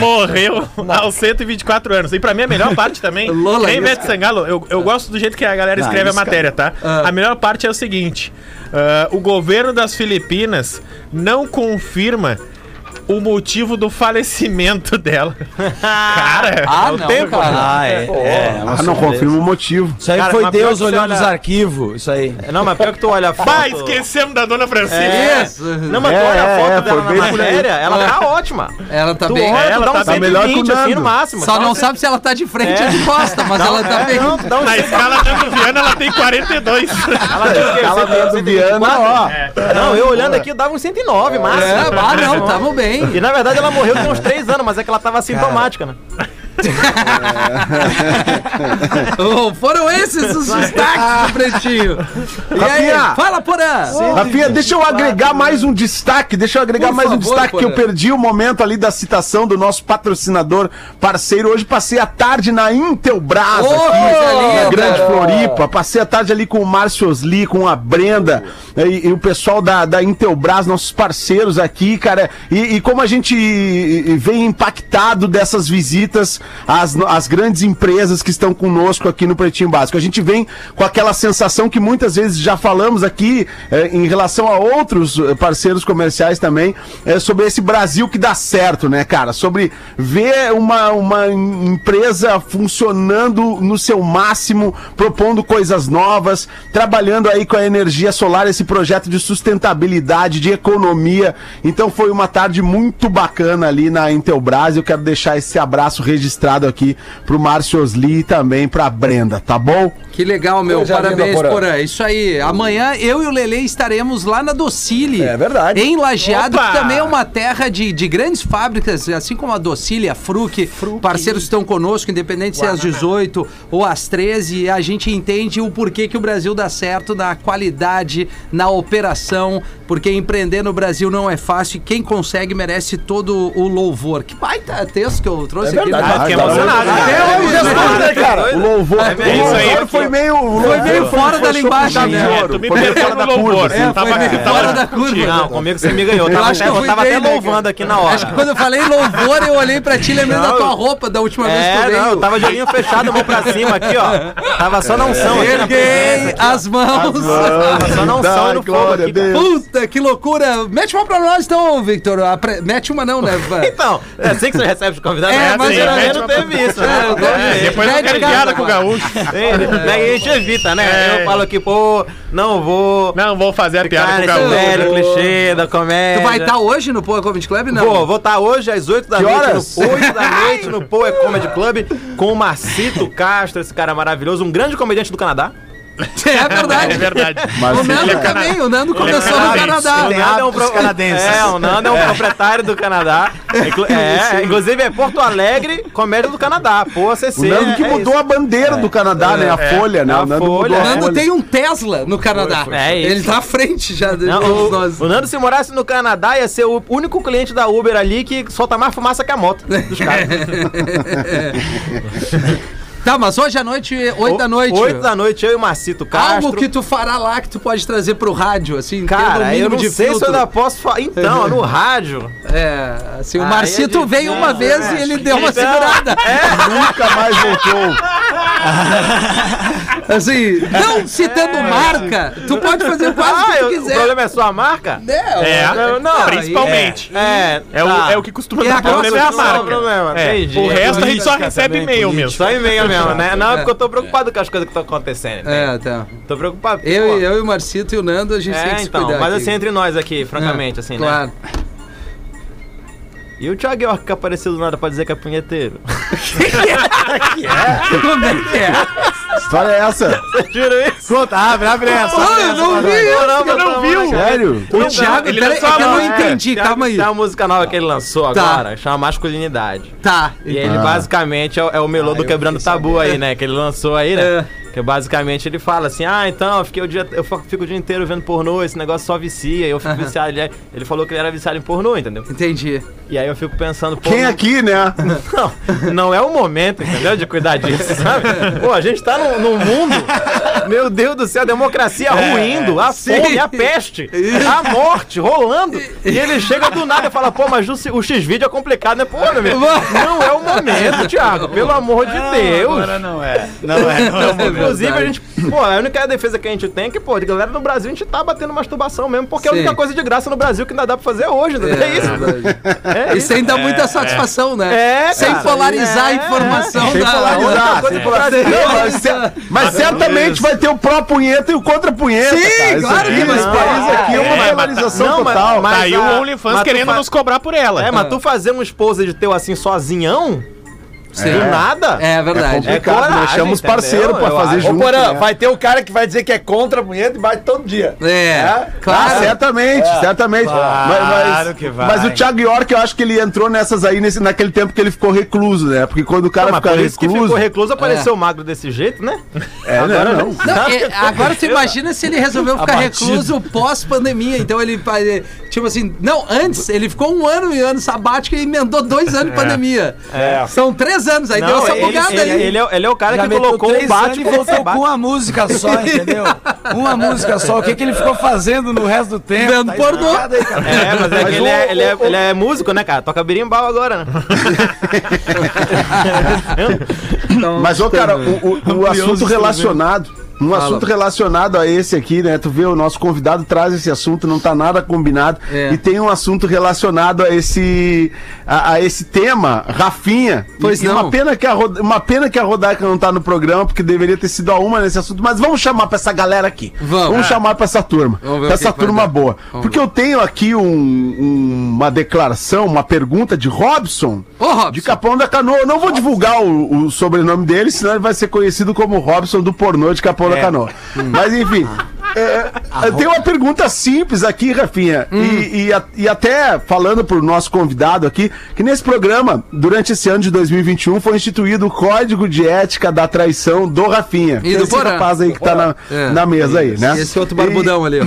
F: morreu aos 124 anos. E pra mim a melhor parte
H: [laughs]
F: também,
E: Lola
F: quem
E: Isca.
F: mete Sangalo, eu, eu gosto do jeito que a galera escreve a matéria, tá?
H: Ah.
F: A melhor parte é o seguinte, ah, o governo das Filipinas não confirma o motivo do falecimento [laughs] dela. Cara,
E: Ah,
F: ao
E: não,
F: tempo,
E: cara.
G: Ah, é. é, é uma
I: Ah, não
G: surpresa.
I: confirma o motivo.
G: Isso aí
H: Cara,
G: foi
H: mas pior
G: Deus
H: que
G: olhando
H: olha-
G: os arquivos. Isso aí.
H: Não, mas pior que tu olha a foto.
F: Bah, esquecemos da dona Francisca.
H: É.
E: Isso.
H: Não, mas tu
I: É,
H: olha a
I: é,
H: foto
I: é,
H: dela
I: foi bem
H: na
I: por aí.
H: matéria, ela tá ótima.
E: Ela tá
H: Tu
E: bem.
H: olha,
F: ela
H: tu dá
F: tá
H: um
F: bem.
H: 120
I: Melhor que o
H: assim
I: Nando.
H: no máximo.
E: Só
H: dá
E: não
H: um
E: sabe se ela tá de frente
H: É.
E: ou de costa, mas ela tá
H: é,
E: bem.
H: Não, dá um
F: Na escala da Viana ela tem 42.
H: Ela tinha que é
I: Ela tá do
H: 124.
I: Viana, ó.
H: Não, eu olhando aqui, eu dava um uns 109 máximo.
E: É, ah, não, tamo bem.
H: E na verdade ela morreu com uns 3 anos, mas é que ela tava sintomática, né?
E: Oh, foram esses os destaques do
H: [laughs]
E: Pretinho. E aí,
I: Rafinha.
E: fala, Porã.
I: Rafinha, deixa eu agregar mais um destaque, deixa eu agregar
E: Por
I: mais um
E: favor,
I: destaque, que eu
E: Porã.
I: perdi o momento ali da citação do nosso patrocinador parceiro. Hoje passei a tarde na Intelbras,
E: Ô, coisa
I: aqui,
E: linda.
I: na Grande Floripa. Passei a tarde ali com o Márcio Osli, com a Brenda né, e, e o pessoal da, da Intelbras, nossos parceiros aqui, cara. E, e como a gente e- e vem impactado dessas visitas às, no- às grandes empresas que estão conosco aqui no Pretinho Básico. A gente vem com aquela sensação que muitas vezes já falamos aqui eh, em relação a outros eh, parceiros comerciais também, eh, sobre esse Brasil que dá certo, né, cara? Sobre ver uma, uma em- empresa funcionando no seu máximo, propondo coisas novas, trabalhando aí com a energia solar, esse projeto de sustentabilidade, de economia. Então foi uma tarde muito bacana ali na Intelbras. Eu quero deixar esse abraço registrado aqui pro Márcio Osli e também pra Brenda, tá bom?
E: Que legal, meu.
A: Coisa linda,
E: Parabéns,
A: Porã.
E: Porã. Isso aí. Amanhã eu e o Lele estaremos lá na Docile.
A: É verdade.
E: Em Lajeado,
F: Opa!
E: que também é uma terra de, de grandes fábricas, assim como a Docile, a Fruc. Parceiros que estão conosco, independente se é às 18 ou às 13. A gente entende o porquê que o Brasil dá certo na qualidade, na operação, porque empreender no Brasil não é fácil e quem consegue merece todo o louvor. Que baita texto que eu trouxe aqui.
A: verdade.
E: né?
I: tá
F: Fiquei
A: Ah,
E: não,
F: emocionado.
A: É
I: um
E: não,
F: cara.
A: o gestor, né, cara?
I: O louvor,
F: é isso aí,
I: louvor foi meio. Foi
E: meio fora da linguagem, né?
F: É, tu me perdeu no louvor.
E: É,
F: Tava-
E: foi meio
F: tava
E: fora da
F: contigo.
E: curva.
H: Não, comigo você me ganhou. Eu tava,
E: acho que
H: até,
E: eu
H: eu
E: fui
H: tava até
E: bem, né,
H: louvando aqui na hora.
E: Acho que quando eu falei louvor, eu olhei pra ti lembrando da tua roupa da última vez que tu
H: É,
E: veio.
H: não, eu tava de olhinho fechado, mão pra cima aqui, ó. Tava só na unção. aqui na
E: Erguei
H: presença.
E: as mãos.
H: Tava só na unção e no fogo
I: glória a
H: aqui.
I: Deus.
E: Puta, que loucura. Mete uma pra nós então, Victor. Apre- Mete uma
H: [laughs]
E: não, né?
H: Então, é assim que você recebe os convidados.
E: É,
H: né?
E: mas
H: Sim,
E: era-
H: né? não teve isso,
E: É, eu tô-
H: né? É,
F: Depois eu
E: Já é
F: quero
E: de casa
F: piada com o
E: agora.
F: gaúcho.
H: Sim, daí a gente evita, né?
F: É.
H: Eu falo aqui, pô, não vou.
F: Não, vou fazer a piada
H: Cara,
F: com o
H: esse
F: gaúcho.
H: velho clichê da comédia.
E: Tu vai estar hoje no Poa Comedy Club? Não.
H: Pô, vou estar hoje às 8 da
I: Que
H: noite,
I: horas?
H: no, 8 da noite no Poe Comedy Club com o Marcito Castro, esse cara maravilhoso, um grande comediante do Canadá.
E: É verdade.
F: É verdade.
E: O
F: Ele
E: Nando
F: é cana-
E: também. O Nando começou no
F: canadense.
E: Canadá.
H: O Nando é um pro... É, o Nando é um proprietário do Canadá. Inclu- É, inclusive é Porto Alegre, comédia do Canadá. Pô, CC.
I: O Nando que
H: é
I: mudou
H: isso.
I: a bandeira do Canadá, né? A folha, né?
H: A
I: o Nando
H: folha,
I: mudou
E: O
I: a
H: é.
E: Nando
I: folha.
E: tem um Tesla no Canadá.
H: foi. É isso.
E: Ele tá à frente já de
H: Não,
E: todos
H: o-
E: nós.
H: o, Nando, se morasse no Canadá, ia ser o único cliente da Uber ali que solta mais fumaça que a moto dos caras.
E: [laughs] Tá, mas hoje à noite, 8 da noite.
H: 8 da noite, eu e o Marcito Castro.
E: Algo que tu fará lá que tu pode trazer pro rádio, assim, tendo um
H: Cara, eu
E: mínimo
H: não
E: de
H: sei se
E: filtro.
H: eu ainda posso falar.
E: [laughs]
H: Então, no rádio.
E: É, assim, o
H: Aí é
E: Marcito
H: difícil,
E: veio uma vez
H: né?
E: e ele deu uma
H: Então,
E: segurada.
I: Nunca mais voltou.
E: Assim,
H: [laughs]
E: não citando marca, tu pode fazer quase o que
H: É. Ah,
E: tu
H: eu- o
E: quiser.
H: problema é sua marca?
E: É,
F: É,
H: Não, não,
F: principalmente.
H: É,
F: É o,
H: tá.
F: é o que costuma
E: É a
F: dar problema, é a
E: grossa
H: opção,
F: marca.
H: problema,
F: É,
H: entendi.
F: O
H: É
F: resto a gente
H: política
F: só recebe e-mail mesmo.
H: Só e-mail mesmo, né? Não, é porque eu tô preocupado com as coisas que estão acontecendo. né?
E: É, tá.
H: Tô preocupado.
E: Eu,
H: pô.
E: e- eu e o Marcito e o Nando, a gente tem
H: É,
E: que se
H: então,
E: cuidar.
H: mas
E: aqui.
H: assim, entre nós aqui,
E: É,
H: francamente, assim, né? [laughs]
E: claro.
H: E o Thiago York que apareceu do nada pra dizer que
F: [laughs]
H: é punheteiro. Ah,
E: Como
H: [laughs]
E: é que é?
I: Que história é essa?
H: Juro isso?
I: Conta, abre, abre essa.
E: Ah, eu não vi isso.
H: Não,
F: Você não viu?
I: Sério?
E: O Thiago,
F: ele
E: peraí, é
F: lançou
E: que eu
F: a
E: não
F: mão, né?
E: entendi, calma aí.
H: Tem uma música nova que ele lançou
E: Tá.
H: agora, chama Masculinidade.
E: Tá.
H: um- E ele basicamente é, o- é o melô do Quebrando Tabu aí, né? Que ele lançou aí, né? Que basicamente ele fala assim: ah, então, eu, fiquei o dia, eu fo- fico o dia inteiro vendo pornô, esse negócio só vicia, eu fico viciado. Ele, é, ele falou que ele era viciado em pornô, entendeu?
E: Entendi.
H: E aí eu fico pensando, pô.
I: Quem
H: não-
I: aqui,
H: [laughs]
I: né?
H: Não, não é o momento, entendeu? De cuidar disso, sabe? Pô, a gente tá num, num mundo Meu Deus do céu, a democracia
G: É,
H: ruindo, a
E: sim.
H: fome, a peste, a morte rolando. E ele chega do nada e fala, pô, mas o, o X-Vídeo é complicado, né? Pô, meu amigo, não é o momento, Thiago, pelo amor de Deus.
G: Agora não é. Não é, não é o momento.
H: Inclusive, a gente. Pô, a única defesa que a gente tem é que, pô, de galera no Brasil, a gente tá batendo masturbação mesmo, porque é a
E: Sim.
H: única coisa de graça no Brasil que ainda dá pra fazer hoje, né? [laughs] É, isso. É
E: E sem dar muita satisfação, né?
H: É,
E: Sem
H: cara.
E: polarizar a
H: É.
E: informação
I: Sem
E: da.
I: polarizar.
H: Outra coisa pro Brasil.
I: Não, mas,
H: [laughs]
I: cer- mas certamente vai ter o pró-punheta e o contra-punheta.
E: Sim, claro que
I: Esse
E: vai.
I: país aqui
H: Então
I: é uma
F: É, mas-
I: polarização
H: não, mas-
I: total.
H: mas-
F: tá aí
H: a-
F: o OnlyFans
H: mas tu
F: querendo
H: fa-
F: nos cobrar por ela.
H: É, mas tu fazer um exposed teu assim sozinhão?
E: Sim.
H: Do nada?
E: É verdade.
I: complicado, nós
H: coragem,
I: chamamos
H: entendeu?
I: parceiro pra
H: Eu
I: fazer
H: acho.
A: Ô,
I: junto,
A: Porã,
I: né?
A: vai ter o cara que vai dizer que é contra a mulher e bate todo dia.
E: É,
I: Ah,
E: claro.
I: certamente,
H: É.
I: certamente. mas, mas,
G: que vai.
I: mas o Thiago York, eu acho que ele entrou nessas aí nesse, naquele tempo que ele ficou recluso, né? Porque quando o cara
H: Não, Ah, mas
I: fica
H: por isso que
I: recluso.
H: ficou recluso, apareceu magro desse jeito, né?
I: É, não, não.
E: Não, é, agora tu imagina se ele resolveu ficar recluso pós-pandemia. Então ele, pa- eh, tipo assim, não, antes ele ficou um ano e ano sabático e emendou dois anos de pandemia. São três anos, aí deu essa
H: ele,
E: bugada
H: ele,
E: aí.
H: ele é, ele é o cara
G: Já
H: que colocou o
G: bate
H: Batman
G: e
H: [laughs] como
G: voltou com
H: sabato.
G: uma música só,
E: [laughs]
G: entendeu? Uma música só. O que, que ele ficou fazendo no resto do tempo?
E: Vendo pornô.
G: explicado tá aí, cara.
H: É, mas é que
I: Mas
H: ele,
I: o-
H: é, ele, é,
I: o-
H: ele é músico, né, cara? Toca berimbau agora, né?
E: Então,
I: [laughs] Mas, ô, cara, o, o- o assunto relacionado. Um assunto relacionado a esse aqui, né? Tu vê, o nosso convidado traz esse assunto, não tá nada combinado.
E: É.
I: E tem um assunto relacionado a esse a, a esse tema, Rafinha. E-
E: Pois
I: e
E: não.
I: Uma pena, que a, Rod- uma pena que a Rodaica não tá no programa, porque deveria ter sido a uma nesse assunto. Mas vamos chamar pra essa galera aqui.
E: Vamos.
I: Vamos
E: É.
I: chamar pra essa turma.
E: Vamos ver
I: Pra
E: o que
I: essa
E: que vai
I: turma
E: dar.
I: boa.
E: Vamos
I: porque eu tenho aqui um- um- uma declaração, uma pergunta de Robson.
E: Ô, Robson.
I: De Capão da Canoa. Eu não vou divulgar o, o sobrenome dele, senão ele vai ser conhecido como Robson do pornô de Capão
E: É.
I: da Canoa.
E: Hum.
I: Mas enfim. é, eu tenho uma pergunta simples aqui, Rafinha,
E: Hum.
I: e, e a- e até falando pro nosso convidado aqui, que nesse programa, durante esse ano de 2021, foi instituído o Código de Ética da Traição do Rafinha.
E: E do
I: esse
E: Porã.
I: rapaz aí que tá na,
E: É.
I: na mesa aí, né?
E: Esse é outro barbudão ali, ó.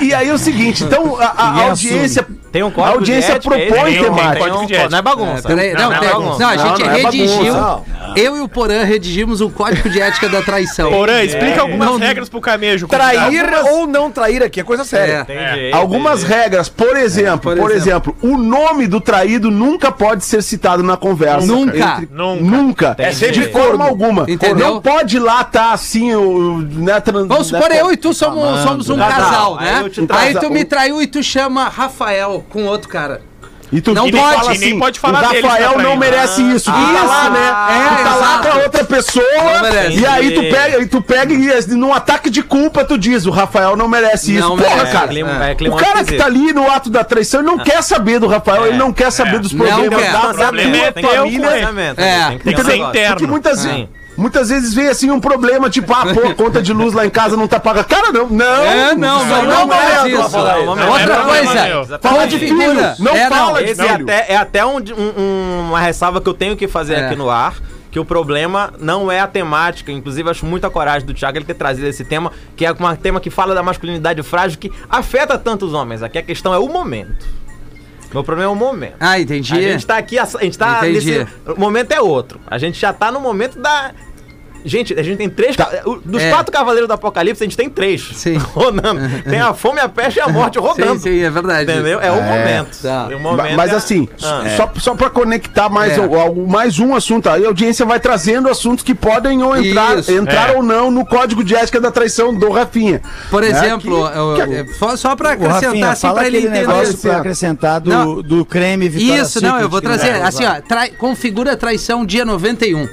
I: E, e aí é o seguinte, então a, a
G: Ninguém
I: audiência.
H: Tem um
I: a
H: código
I: audiência
H: de ética, é esse?
I: propõe
F: Tem um-
I: temática.
F: tem um-
H: Então, Não é
E: É,
H: bagunça.
E: peraí, não,
H: é
E: tem-
H: bagunça.
E: não, a gente
I: Não, não é
E: redigiu.
I: bagunça.
E: eu e o Porã redigimos o código de ética da traição.
F: Porã, explica algumas
E: Não-
F: regras pro camejo.
A: Trair
F: convidado.
A: ou não trair aqui é coisa séria.
E: É.
F: É.
I: Algumas regras,
H: É,
I: por exemplo,
E: por
I: por, exemplo. o nome do traído nunca pode ser citado na conversa.
E: Nunca.
I: Entre-
F: Nunca.
I: Nunca.
H: É
I: de
H: sempre
I: forma alguma.
E: Entendeu?
I: Não pode lá tá assim, o, o- né, trans-
E: Vamos supor,
I: né,
E: eu e tu somos, somos um
H: Não, não.
E: casal, né?
H: Aí eu te
E: Aí
I: trazo-
E: tu me traiu e tu chama Rafael com outro cara.
I: E tu
E: Não
I: não
E: pode,
I: fala
F: e nem
I: assim,
F: pode falar
I: o
F: deles,
I: Rafael
F: né,
I: não
F: pra ele.
I: merece isso. Tu tá
E: Isso,
I: lá, né?
E: é,
I: tu tá lá
E: Ah, exato.
I: pra outra pessoa
E: Não merece.
I: e aí tu pega, e tu pega e assim, num ataque de culpa tu diz, o Rafael não merece isso.
E: Não
I: Porra,
E: merece,
I: cara.
H: clima- é clima
I: o cara que
H: esquisito.
I: tá ali no ato da traição ele não quer saber do Rafael, ele não quer saber dos
E: Ah. É. Não
I: problemas
E: quer.
I: da, da
F: Problema é
I: tua
F: teu com
I: família.
E: É.
H: um Tem que ter
F: Tem que
H: um
F: ser
H: negócio.
F: interno.
I: Porque muitas,
H: Sim.
I: muitas vezes vem assim um problema, tipo, ah, pô, a conta de luz lá em casa não tá paga. Cara, não, não.
E: É, não, não,
I: não,
E: não
I: não
E: faz
I: é,
E: isso.
I: Rafael.
H: Não, não
E: Outra
F: é, não,
E: coisa,
F: não,
E: fala
I: não.
E: de figura.
I: Não fala de
H: Esse é
I: Velho.
H: até, é até um- um- um- uma ressalva que eu tenho que fazer
E: É.
H: aqui no ar. Que o problema não é a temática. Inclusive, acho muito a coragem do Thiago ele ter trazido esse tema, que é um tema que fala da masculinidade frágil, que afeta tantos homens. Aqui a questão é o momento. Meu problema é o momento.
E: Ah, entendi.
H: A gente tá aqui, a gente tá
E: Entendi.
H: nesse. O momento é outro. A gente já tá no momento da. Gente, a gente tem três. ca- o- Dos
E: É.
H: quatro cavaleiros do Apocalipse, a gente tem três.
E: Sim.
H: [laughs] Rodando. Tem a fome, a peste e a morte
E: [laughs]
H: rodando.
E: Sim, sim, é verdade.
H: Entendeu? É o momento.
E: Tá.
H: O
I: Ma-
H: momento
I: Mas
H: é-
I: assim,
H: Ah.
I: s- só, só para conectar mais,
E: É.
I: o- algo- mais um assunto, aí a audiência vai trazendo assuntos que podem ou entrar,
E: Isso.
I: entrar
F: É.
I: ou não no código de ética da traição do Rafinha.
E: Por
I: Né?
E: exemplo,
I: Que-
E: eu-
I: que-
E: É eu- só, só pra
G: O
E: acrescentar,
G: Rafinha,
E: assim,
G: fala
E: pra ele
G: aquele
E: entender.
G: negócio pra
E: assim, ó.
G: acrescentar do,
E: Não.
G: do creme Vitória
E: Isso, não, eu vou
G: Secret que
E: trazer.
G: ele vai
E: Assim,
G: usar.
E: ó, trai- configura a traição dia 91.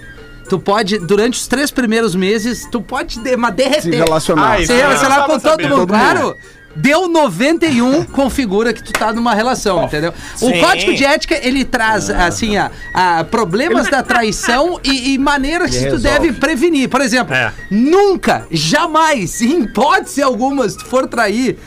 E: Tu pode, durante os três primeiros meses, tu pode de, mas derreter.
I: Se relacionar.
F: Ai,
E: Se
F: Ah,
E: relacionar
F: eu
E: com
F: tava
E: todo
F: sabendo.
E: mundo,
I: Todo
E: claro. Deu [laughs] 91, configura que tu tá numa relação, entendeu? O
H: sim.
E: código de ética, ele traz,
I: Ah.
E: assim, a, a problemas
I: [laughs]
E: da traição e, e maneiras que tu deve prevenir. Por exemplo,
F: É.
E: nunca, jamais, em hipótese alguma, se tu for trair,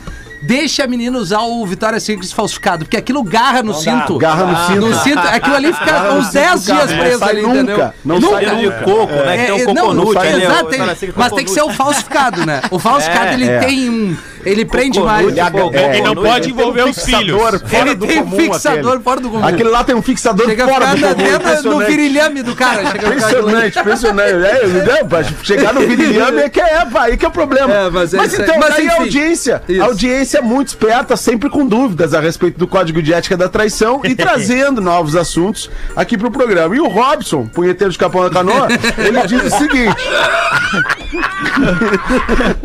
E: deixa a menina usar o Vitória Secret falsificado, porque aquilo garra no cinto.
I: Garra no cinto.
E: No cinto, aquilo ali fica
I: Garra no
E: uns
I: cinto,
E: 10
I: cara,
E: dias
I: não
E: preso
I: sai
E: ali,
I: nunca,
E: entendeu?
I: não sai nunca.
H: coco, né? Que tem um
E: É, não,
H: coconut
E: sai-
H: ali,
E: exato,
H: o
E: tem-
H: Saracen com
E: mas tem que ser o
H: coconut.
E: falsificado, né? O falsificado
H: É,
E: ele
I: é.
E: tem um. Ele prende
H: Coconudo,
E: mais.
H: ele
I: agarra-
H: É,
F: ele não
H: Coconudo,
F: pode envolver os filhos.
E: Ele tem um fixador
I: aquele.
E: fora do comum.
I: Aquele lá tem um fixador
E: Chega a
I: fora
E: ficar
I: do
E: na-
I: comum.
E: dentro no
I: impressionante.
E: virilhame do cara. Chega a ficar
I: Impressionante, impressionante. É, não, pra chegar no Virilhame é que é, pá, aí que é o problema.
E: É, mas é isso aí.
I: então,
E: Mas,
I: daí a
E: enfim.
I: audiência.
E: Isso.
I: A audiência é muito esperta, sempre com dúvidas a respeito do código de ética da traição
E: [laughs]
I: e trazendo novos assuntos aqui pro programa. E o Robson, punheteiro de Capão da Canoa, ele diz o seguinte.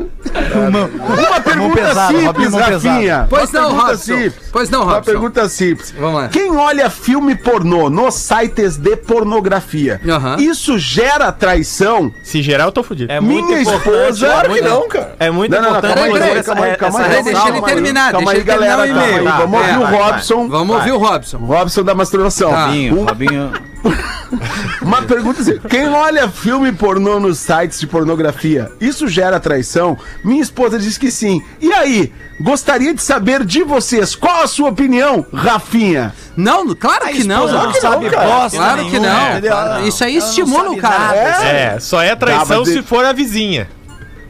I: Uma pergunta
G: pesado, Robinho,
I: simples,
G: mão pesada.
I: Rafinha.
E: Pois
I: Uma
E: não,
I: pergunta
E: Robson.
I: simples.
E: Pois não,
I: Uma
E: Robson.
I: pergunta simples.
E: Vamos lá.
I: Quem olha filme pornô nos sites de pornografia,
E: Aham.
I: isso gera traição?
F: Se gerar, eu tô fudido.
H: É
I: Minha esposa.
A: Claro que não, cara.
H: É muito
I: Não, não, não,
H: importante.
I: calma aí,
H: essa-
I: calma aí,
H: né?
I: calma aí,
H: essa-
I: calma aí,
H: essa
E: Peraí, deixa
H: ressalva,
E: ele
H: mano.
E: terminar,
I: Calma
E: deixa
I: aí,
E: ele terminar
I: galera.
E: o
I: Calma aí.
E: e-mail.
I: Vamos
E: É,
I: ouvir o
E: vai, vai.
I: Robson.
E: Vamos ouvir o Robson.
I: Robson da masturbação.
E: Tá.
G: Robinho, Robinho.
I: Uma pergunta assim: quem olha filme pornô nos sites de pornografia, isso gera traição? Minha esposa diz que sim. E aí, gostaria de saber de vocês, qual a sua opinião, Rafinha?
E: Não, claro que não.
G: esposa não
E: Não
G: sabe bosta
E: Claro que
G: nenhuma,
E: não.
G: entendeu?
E: Claro,
G: Não.
E: Isso aí
G: Ela não
E: estimula
G: sabe
E: o cara.
G: nada, sabe?
F: É, só é traição
I: Dá, mas
F: se
I: de-
F: for a vizinha.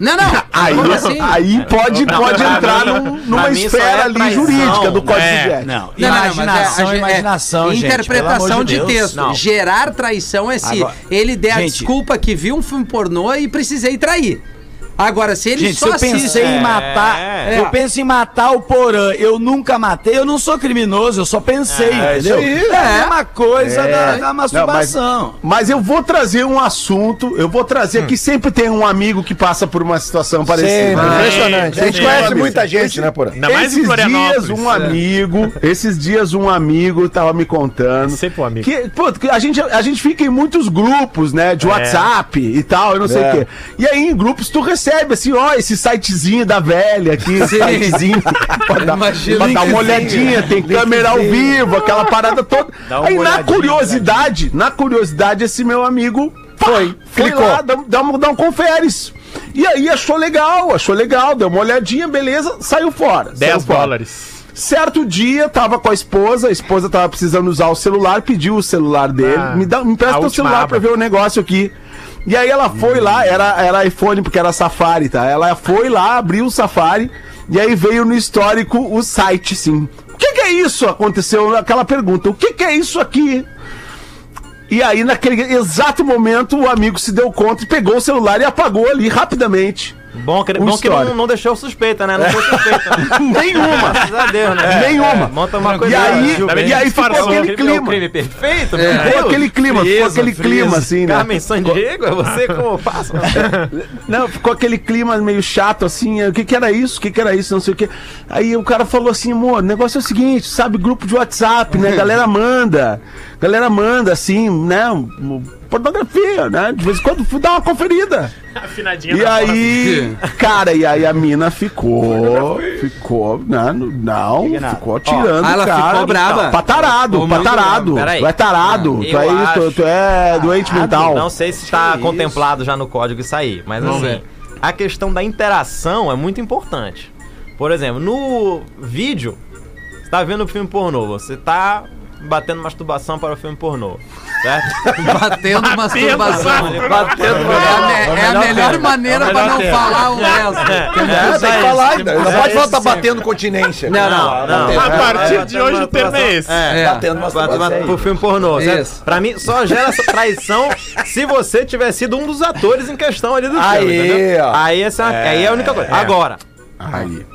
E: Não, não.
I: Aí,
E: Como assim?
I: aí pode,
H: Não,
I: pode
H: pra
I: entrar
H: mim-
I: num-
H: pra
I: numa
H: mim isso é
I: esfera ali
H: traição,
I: jurídica do Código
F: né?
I: de Ética.
G: Não,
E: Não, não, não, mas é-
G: imaginação,
E: é- é-
G: imaginação, gente. pelo
E: Interpretação
G: amor
E: de,
G: Deus.
E: texto.
H: Não.
E: Gerar traição é se
G: Agora-
E: ele der a
G: Gente-
E: desculpa que viu um filme pornô e precisei trair. Agora, se ele
G: Gente, se
E: só
G: eu pensei
E: assiste...
G: em matar,
H: É.
G: eu penso em matar o Porã, eu nunca matei, eu não sou criminoso, eu só pensei, entendeu? É a mesma coisa
E: É.
G: da, da
I: Não, mas,
G: masturbação.
I: mas eu vou trazer um assunto, eu vou
F: Hum.
I: trazer que sempre tem um amigo que passa por uma situação parecida.
A: Sempre,
I: né?
A: impressionante. A gente
I: Sim.
A: conhece
I: Sim.
A: muita gente, né, Porã?
F: Ainda mais em
I: esses
F: Florianópolis.
I: dias um amigo, esses dias um amigo tava me contando.
F: Sempre um amigo.
I: Que, pô, que a, gente, a gente fica em muitos grupos, né?
F: É.
I: De WhatsApp e tal, eu não sei o
A: É.
I: quê. E aí, em grupos, tu recebe assim, ó, esse sitezinho da velha aqui, esse
E: Sim.
I: sitezinho. pra dar,
E: Imagina.
I: pra dar uma olhadinha, tem câmera ao vivo, aquela parada toda. Aí, na
F: né?
I: curiosidade, na curiosidade, esse meu amigo foi, foi
A: clicou.
I: lá, dá, dá um, dá um conferes. E aí achou legal, achou legal, deu uma olhadinha, beleza, saiu fora.
F: 10
I: saiu fora.
F: dólares.
I: Certo dia, tava com a esposa, a esposa tava precisando usar o celular, pediu o celular dele,
F: Ah,
I: me, dá, me
F: a
I: presta o
F: última
I: celular
F: aba.
I: pra ver o negócio aqui. E aí ela foi lá, era, era iPhone, porque era Safari, tá? Ela foi lá, abriu o Safari, e aí veio no histórico o site, sim. O que que é isso? Aconteceu aquela pergunta, o que que é isso aqui? E aí, naquele exato momento, o amigo se deu conta e pegou o celular e apagou ali rapidamente.
H: Bom que,
I: Um
H: bom que não,
I: histórico.
H: não deixou suspeita, né? Não foi suspeita. né?
I: [laughs] Nenhuma!
H: Graças a Deus, né?
I: É, nenhuma.
H: É, monta uma coisa.
I: E aí,
H: Gilberto.
I: e aí ficou
H: É um
I: aquele
H: crime- é um
I: clima.
H: crime perfeito,
E: É.
H: meu
I: Ficou
H: Deus.
I: aquele clima, ficou
H: Frieza,
I: aquele clima,
H: frieza.
I: assim, né?
H: Carmen San Diego, é
I: [laughs]
H: você como passa.
I: Não, ficou aquele clima meio chato, assim, o que que era isso, o que que era isso, não sei o que. Aí o cara falou assim, amor, o negócio é o seguinte, sabe, grupo de WhatsApp, né, galera manda, galera manda, assim, né, um- pornografia, né, de vez em quando fui dar uma conferida.
F: Afinadinha
I: E aí, cara, e aí a mina ficou, ficou, né, não, ficou tirando,
E: Ah, ela
I: cara. Tá
E: ficou brava?
I: Patarado,
E: Ficou muito
I: patarado,
H: brava.
I: tu é tarado,
H: Peraí.
I: tu é,
H: Eu
I: isso, tu- tu é doente mental.
H: Não sei se está contemplado já no código isso aí, mas assim, a questão da interação é muito importante. Por exemplo, no vídeo, você tá vendo o filme pornô, você tá batendo masturbação para o filme pornô, certo?
I: [laughs]
E: Batendo masturbação.
H: Ele batendo
E: É a, me- é a melhor maneira pra não falar o resto.
A: É,
H: É,
A: tem que
H: é,
A: falar
H: é,
A: ainda. Não pode falar que tá batendo continência.
H: Não, não, não.
F: A partir de hoje o termo é esse.
E: É.
A: Batendo uma
H: Bate- bate pro filme pornô,
E: Isso.
H: certo? Pra mim, só gera essa traição se você tiver sido um dos atores em questão ali do filme,
A: Aí,
H: entendeu?
A: ó.
H: Aí, essa, aí é a única coisa. Agora,
I: Aí.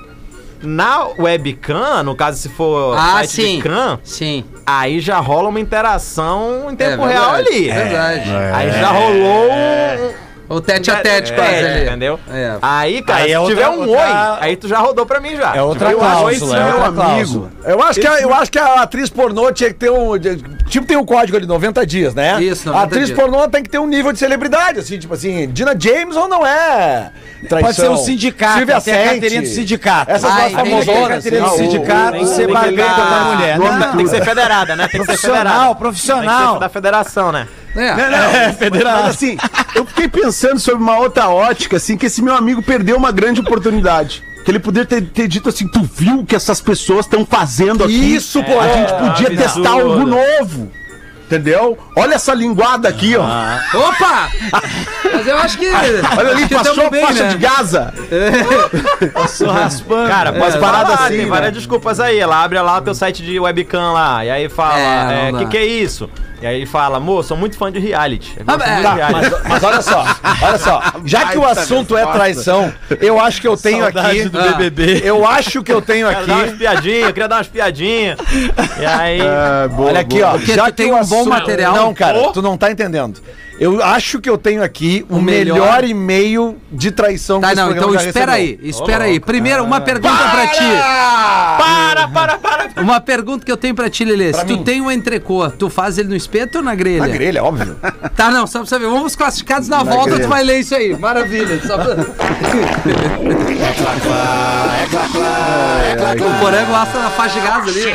H: na webcam, no caso se for
E: Ah,
H: site
E: sim.
H: de cam,
E: Sim.
H: aí já rola uma interação em tempo
E: É
H: real
E: verdade,
H: ali.
E: é verdade. É.
H: Aí já rolou um-
E: O tete a tete
H: é,
E: quase ali.
H: entendeu?
E: É.
H: Aí, cara,
F: Aí é
H: se
F: outra-
H: tiver um
F: outra-
H: oi, aí tu já rodou pra mim já.
G: É outra
H: Tipo, eu acho
G: cláusula,
H: isso
G: é
H: meu
G: outra
H: amigo.
G: cláusula.
A: Eu acho, que a, eu acho que a atriz pornô tinha que ter um. de- Tipo, tem um código ali, 90 dias, né?
E: Isso, 90
A: A atriz
E: dias.
A: pornô tem que ter um nível de celebridade, assim, tipo assim, Dina James ou não é? Traição.
G: Pode ser um sindicato,
A: Silvia
G: tem a
A: Sente.
G: carteirinha do sindicato.
A: Essas
E: Ah,
A: duas
E: entendi.
A: famosonas.
G: Carteirinha do
A: assim, ah, o-
G: sindicato,
H: Tipo, Tem que-
G: ser
H: tem que
G: barbeiro
H: ligar-
G: da mulher.
H: Não,
G: Não.
H: Tem que ser federada, né? Tem que ser
G: Profissional,
H: federada. Tem que ser
G: profissional.
H: da federação, né?
E: É.
I: Mas assim, eu fiquei pensando sobre uma outra ótica, assim, que esse meu amigo perdeu uma grande oportunidade. Que ele poderia ter, ter dito assim, tu viu o que essas pessoas estão fazendo aqui?
A: Isso, pô. é,
I: A gente podia
H: absurdo.
I: testar algo novo. Entendeu? Olha essa linguada aqui,
A: Ah.
I: ó.
E: Opa! Mas eu acho que.
I: [laughs] Olha
E: acho
I: ali,
E: que
I: passou
E: tamo
I: a faixa
A: né? [laughs]
I: de Gaza.
H: Passou raspando. Cara,
I: Umas
H: pode
I: paradas
H: falar,
I: assim,
H: tem
I: né?
H: várias desculpas aí. Ela abre lá o teu site de webcam lá, e aí fala,
E: É,
H: é,
E: não
H: que
E: dá.
H: que é isso? E aí fala, moço, sou muito fã de reality. Eu
E: Ah,
H: gosto
E: é,
H: muito de
E: tá,
H: reality.
A: Mas, mas olha só, olha só. Já que o assunto é traição, eu acho que eu tenho
F: Saudade
A: aqui.
F: do BBB.
A: Eu acho que eu tenho
H: Quero dar umas
A: aqui.
H: piadinhas, queria dar umas piadinhas. E aí.
A: Olha aqui, ó.
E: Porque
A: É, já
E: tu
A: que
E: tem
A: o
E: um bom material.
A: Não, cara,
F: Oh.
A: tu não tá entendendo. Eu acho que eu tenho aqui o,
E: O melhor.
A: melhor, e-mail de traição
E: Tá,
A: esse
E: não, então
A: programa já
E: espera aí,
A: recebeu. Ah.
E: espera aí. Primeiro, uma pergunta pra ti.
F: Para, para, para.
E: Uma pergunta que eu tenho pra ti, Lelê. Se
A: Pra
E: tu
A: mim.
E: tem um entrecô, tu faz ele no espeto ou na grelha?
A: Na grelha, óbvio.
E: Tá, não, só pra saber. Vamos classificados na, volta,
A: grelha. É
E: tu vai ler isso aí. Maravilha. Só
A: [laughs]
E: pra... O Porã gosta da faixa de gás ali.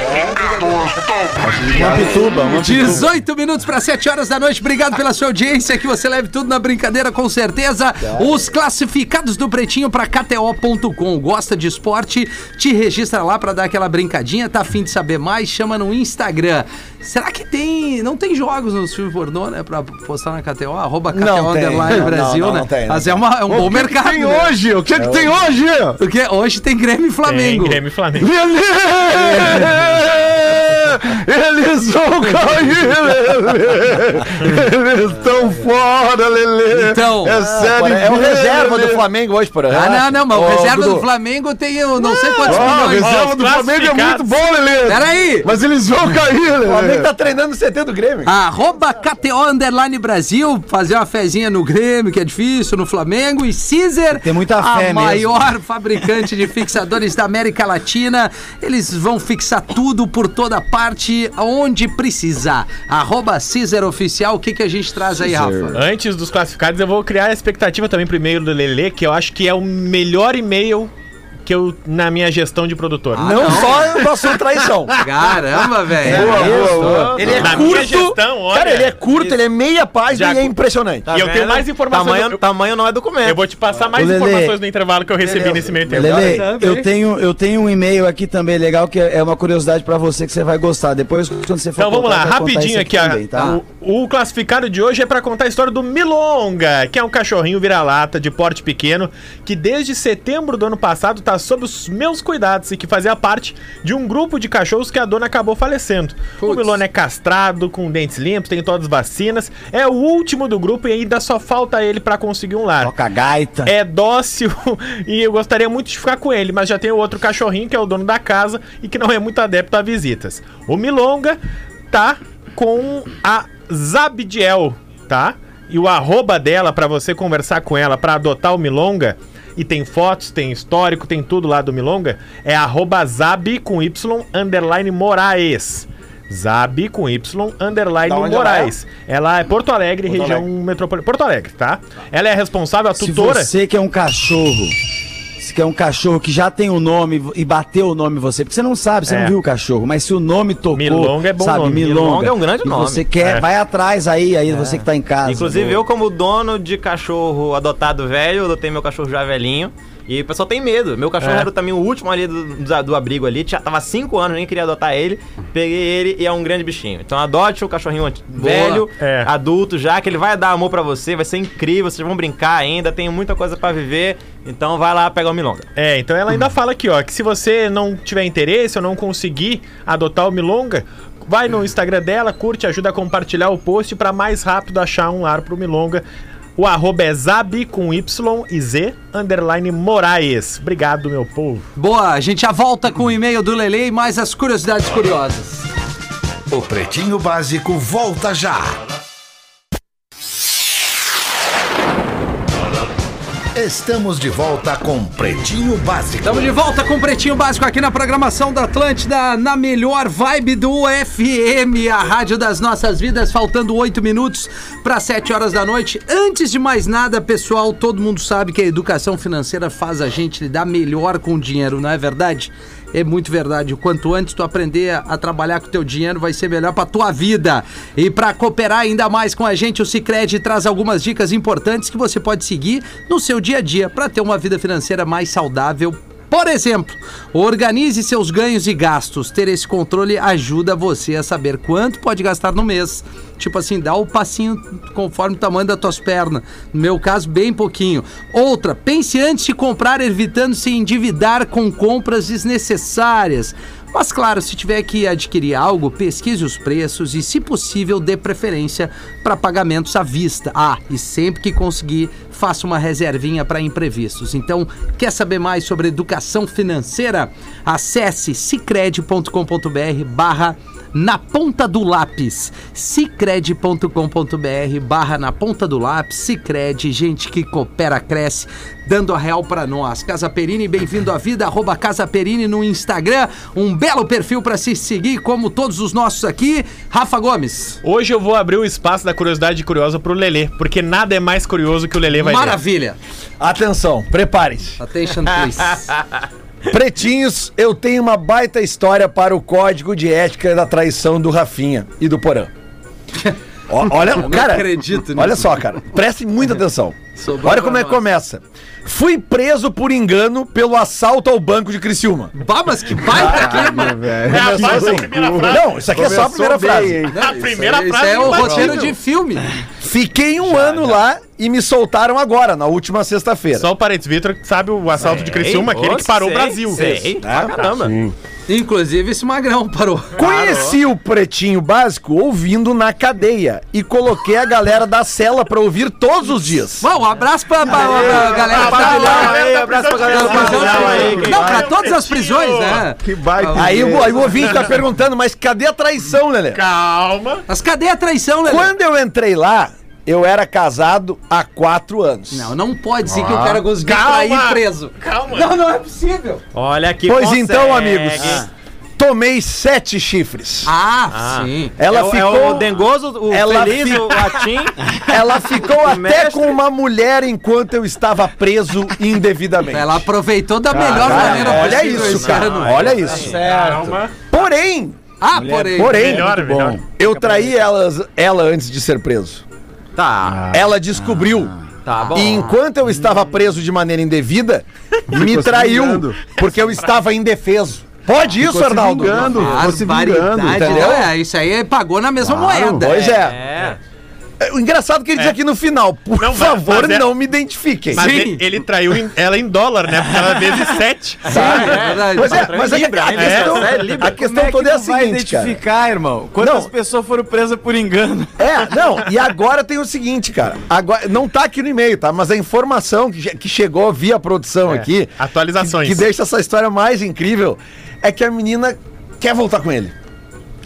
I: Uma pituba, uma
E: 18 minutos para 7 horas da noite. Obrigado pela sua audiência. Que você leve tudo na brincadeira, com certeza. Os classificados do Pretinho para KTO.com. Gosta de esporte? Te registra lá para dar aquela brincadinha. Tá afim de saber mais? Chama no Instagram. Será que tem. Não tem jogos nos filmes pornô, né? Pra postar na KTO? Arroba KTO
A: Não tem.
E: Underline
A: Não,
E: Brasil,
A: não,
E: né?
A: não tem, não
E: Mas é, uma- é um
I: O
E: bom
I: que que
E: mercado.
I: tem
E: né?
I: hoje? O que, que tem hoje?
E: Porque hoje tem Grêmio e Flamengo.
F: Tem Grêmio e Flamengo.
I: Ele- Eles vão cair, Lelê. Eles estão fora, Lelê.
E: Então.
I: é sério.
A: Porra, é o reserva do Flamengo hoje, porra.
E: Ah, não, não, mas o
A: Ô,
E: reserva
A: Dudu,
E: do Flamengo tem eu não sei quantos
I: Ah, a
E: milhões.
I: reserva do
F: Ó,
I: Flamengo é muito bom, Lelê.
E: Peraí!
I: Mas eles vão cair,
A: O Flamengo
I: Lelê.
A: tá treinando no CT do Grêmio.
E: Arroba KTO Underline Brasil, fazer uma fezinha no Grêmio, que é difícil, no Flamengo. E Caesar,
G: Tem muita
E: a
G: fé mesmo.
E: maior fabricante de fixadores da América Latina. Eles vão fixar tudo por toda parte, onde precisar. Arroba Caesar Oficial, o que, que a gente traz aí, Rafa?
F: Antes dos classificados, eu vou criar a expectativa também pro e-mail do Lelê, que eu acho que é o melhor e-mail que eu na minha gestão de produtor.
A: Não só o assunto
G: [laughs]
A: traição.
E: Caramba, velho.
I: Ah, Boa, boa, boa.
A: Ele é
H: Tá
F: Na
A: curto.
F: minha gestão, olha.
A: Cara, ele é curto, ele é meia página
F: Já-
A: e é impressionante.
H: Tá
F: E eu tenho
H: vendo?
F: mais informações.
H: Tamanho,
F: Eu-
H: tamanho não é
F: Eu
H: documento.
F: vou te passar mais
G: Ô, Lelê.
F: informações no intervalo que eu recebi nesse meio tempo.
G: Lele,
E: Ainda bem.
G: eu tenho, eu tenho um e-mail aqui também legal que é é uma curiosidade pra você que você vai gostar. Depois, quando você for
F: Então vamos lá,
G: contar, eu vou contar
F: rapidinho
G: isso
F: aqui. a-
G: também, tá?
F: o, o classificado de hoje é pra contar a história do Milonga, que é um cachorrinho vira-lata de porte pequeno que desde setembro do ano passado tá sob os meus cuidados e que fazia parte de um grupo de cachorros que a dona acabou falecendo. O
E: Putz.
F: Milonga é castrado, com dentes limpos, tem todas as vacinas, é o último do grupo e ainda só falta ele pra conseguir um lar.
G: Toca a gaita.
F: É dócil [laughs] e eu gostaria muito de ficar com ele, mas já tem o outro cachorrinho que é o dono da casa e que não é muito adepto a visitas. O Milonga tá com a Zabdiel, tá? E o arroba dela pra você conversar com ela pra adotar o Milonga. E tem fotos, tem histórico, tem tudo lá do Milonga. É arroba Zab com Y underline Moraes. Zab com Y underline
A: Da onde ela é?
F: Moraes. Ela é Porto Alegre, região metropolitana. Porto Alegre, tá? Ela é responsável, a
G: Se
F: tutora.
G: você que é um cachorro, se que é um cachorro que já tem o nome e bateu o nome em você, porque você não sabe, você
F: É.
G: não viu o cachorro, mas se o nome tocou,
F: Milonga é bom
G: sabe,
F: nome.
G: Milonga,
H: Milonga é um grande
G: e
H: nome.
G: Você quer,
F: É.
G: vai atrás aí, aí você que tá em casa.
H: Inclusive, eu, como dono de cachorro adotado velho, eu adotei meu cachorro já velhinho. E o pessoal tem medo. Meu cachorro
F: É.
H: era também o último ali do, do- do abrigo ali. Tinha, tava 5 anos, nem queria adotar ele. Peguei ele e é um grande bichinho. Então adote o cachorrinho anti- velho,
F: É.
H: adulto já, que ele vai dar amor pra você, vai ser incrível, vocês vão brincar ainda, tem muita coisa pra viver. Então vai lá pegar o Milonga.
F: É, então ela ainda fala aqui, ó, que se você não tiver interesse ou não conseguir adotar o Milonga, vai no Instagram dela, curte, ajuda a compartilhar o post pra mais rápido achar um lar pro Milonga. O arroba é zab com Y e Z, underline Moraes. Obrigado, meu povo.
E: Boa, a gente já volta com o e-mail do Lele e mais as curiosidades curiosas.
C: O Pretinho Básico volta já. Estamos de volta com Pretinho Básico.
E: Estamos de volta com o Pretinho Básico aqui na programação da Atlântida, na melhor vibe do FM, a rádio das nossas vidas, faltando oito minutos para sete horas da noite. Antes de mais nada, pessoal, todo mundo sabe que a educação financeira faz a gente lidar melhor com o dinheiro, não é verdade? É muito verdade. O quanto antes tu aprender a trabalhar com o teu dinheiro, vai ser melhor para tua vida. E para cooperar ainda mais com a gente, o Sicredi traz algumas dicas importantes que você pode seguir no seu dia a dia para ter uma vida financeira mais saudável Por exemplo, organize seus ganhos e gastos. Ter esse controle ajuda você a saber quanto pode gastar no mês. Tipo assim, dá o passinho conforme o tamanho das tuas pernas. No meu caso, bem pouquinho. Outra, pense antes de comprar, evitando se endividar com compras desnecessárias. Mas claro, se tiver que adquirir algo, pesquise os preços e, se possível, dê preferência para pagamentos à vista. Ah, e sempre que conseguir, faça uma reservinha para imprevistos. Então, quer saber mais sobre educação financeira? Acesse cicred.com.br barra na ponta do lápis, cicred.com.br barra na ponta do lápis, Cicred, gente que coopera, cresce, dando a real pra nós. Casa Perini, bem-vindo à vida, arroba Casa Perini no Instagram, um belo perfil pra se seguir, como todos os nossos aqui. Rafa Gomes,
F: Hoje eu vou abrir o espaço da curiosidade curiosa pro Lelê, porque nada é mais curioso que o Lelê vai ver.
E: maravilha.
I: Atenção, preparem-se.
E: Attention, please.
I: Pretinhos, eu tenho uma baita história para o código de ética da traição do Rafinha e do Porã. Ó, olha,
E: Eu não
I: cara.
E: acredito nisso.
I: Olha só, cara. Prestem muita atenção.
E: Sobrou
I: Olha como
E: pra
I: é que
E: nós.
I: começa. Fui preso por engano pelo assalto ao banco de Criciúma.
E: Babas, que baita queima.
G: velho.
I: Começou
F: rapaz,
I: assim.
F: a primeira frase.
I: Não, isso aqui é só a primeira frase.
F: A primeira
E: Isso
F: frase
E: é o
F: imbatível.
E: roteiro de filme.
I: Fiquei um ano lá e me soltaram agora, na última sexta-feira.
F: Só o parentes, Vitor, sabe o assalto de Criciúma, aquele que parou o Brasil.
H: Sei, pra caramba.
E: Inclusive, esse magrão parou.
I: Conheci o Pretinho Básico ouvindo na cadeia e coloquei a galera da cela pra ouvir todos os dias.
E: Bom, um abraço pra, pra- pra galera tá
F: Abraço
E: da
F: pra
E: Pavilhão.
F: galera da
H: Abraço pra
F: prisão de
H: galera da
F: Criciúma.
H: prisão de
F: Aí,
H: Criciúma.
E: Não, pra
F: valeu,
E: todas as
F: Pretinho.
E: prisões, né?
G: Que baita.
I: Aí
G: ideia.
I: o, aí o ouvinte tá perguntando, mas cadê a traição, Lelê?
F: Calma.
E: Mas cadê a traição, Lelê?
I: Quando eu entrei lá, eu era casado há quatro anos.
E: Não, não pode dizer que o cara conseguiu
F: Calma.
E: trair preso.
F: Calma.
E: Não, não é possível.
H: Olha aqui,
I: Pois então, amigos,
H: Ah.
I: tomei sete chifres.
E: Ah, sim.
I: Ela
H: é, o-
I: ficou,
H: É o dengoso, o
I: Ela
H: feliz,
I: fica-
H: o
I: [laughs]
H: latim.
I: ela
H: [laughs]
I: ficou até
H: mestre.
I: com uma mulher enquanto eu estava
H: [laughs]
I: preso indevidamente.
E: Ela aproveitou da melhor
I: Cara,
E: maneira
I: olha
E: possível
I: isso,
E: esse é.
I: cara.
E: ano.
I: olha isso.
F: É. Calma.
I: Porém,
E: Ah, porém.
I: porém,
F: Melhor, melhor.
I: eu traí elas, ela antes de ser preso.
H: Tá,
I: Ela descobriu.
H: tá bom.
I: E enquanto eu estava preso de maneira
F: [laughs]
I: indevida, me traiu,
G: vingando.
I: porque eu estava indefeso. Pode isso,
G: Ficou se
I: Arnaldo?
G: vingando, ficou se vingando.
E: Barbaridade,
I: entendeu?
E: não é? Isso aí pagou na mesma moeda.
I: Pois é.
H: É.
I: O engraçado é que ele diz aqui no final, por
F: É. Não, mas-
I: favor,
F: mas é-
I: não me identifiquem.
F: Mas
E: Sim.
F: ele, ele traiu em- ela em dólar, né? Porque ela vezes 7.
E: verdade.
I: Pois é, mas é que
H: Libra,
I: a
H: hein?
I: questão,
H: É, Libra.
I: a questão toda é a seguinte, cara.
C: identificar, irmão? Quantas
I: Não.
C: pessoas foram presas por engano?
I: É, não, e agora tem o seguinte, cara. Agora, não tá aqui no e-mail, tá? Mas a informação que, che- que chegou via
E: É,
I: produção aqui,
F: Atualizações.
I: que deixa essa história mais incrível, é que a menina quer voltar com ele.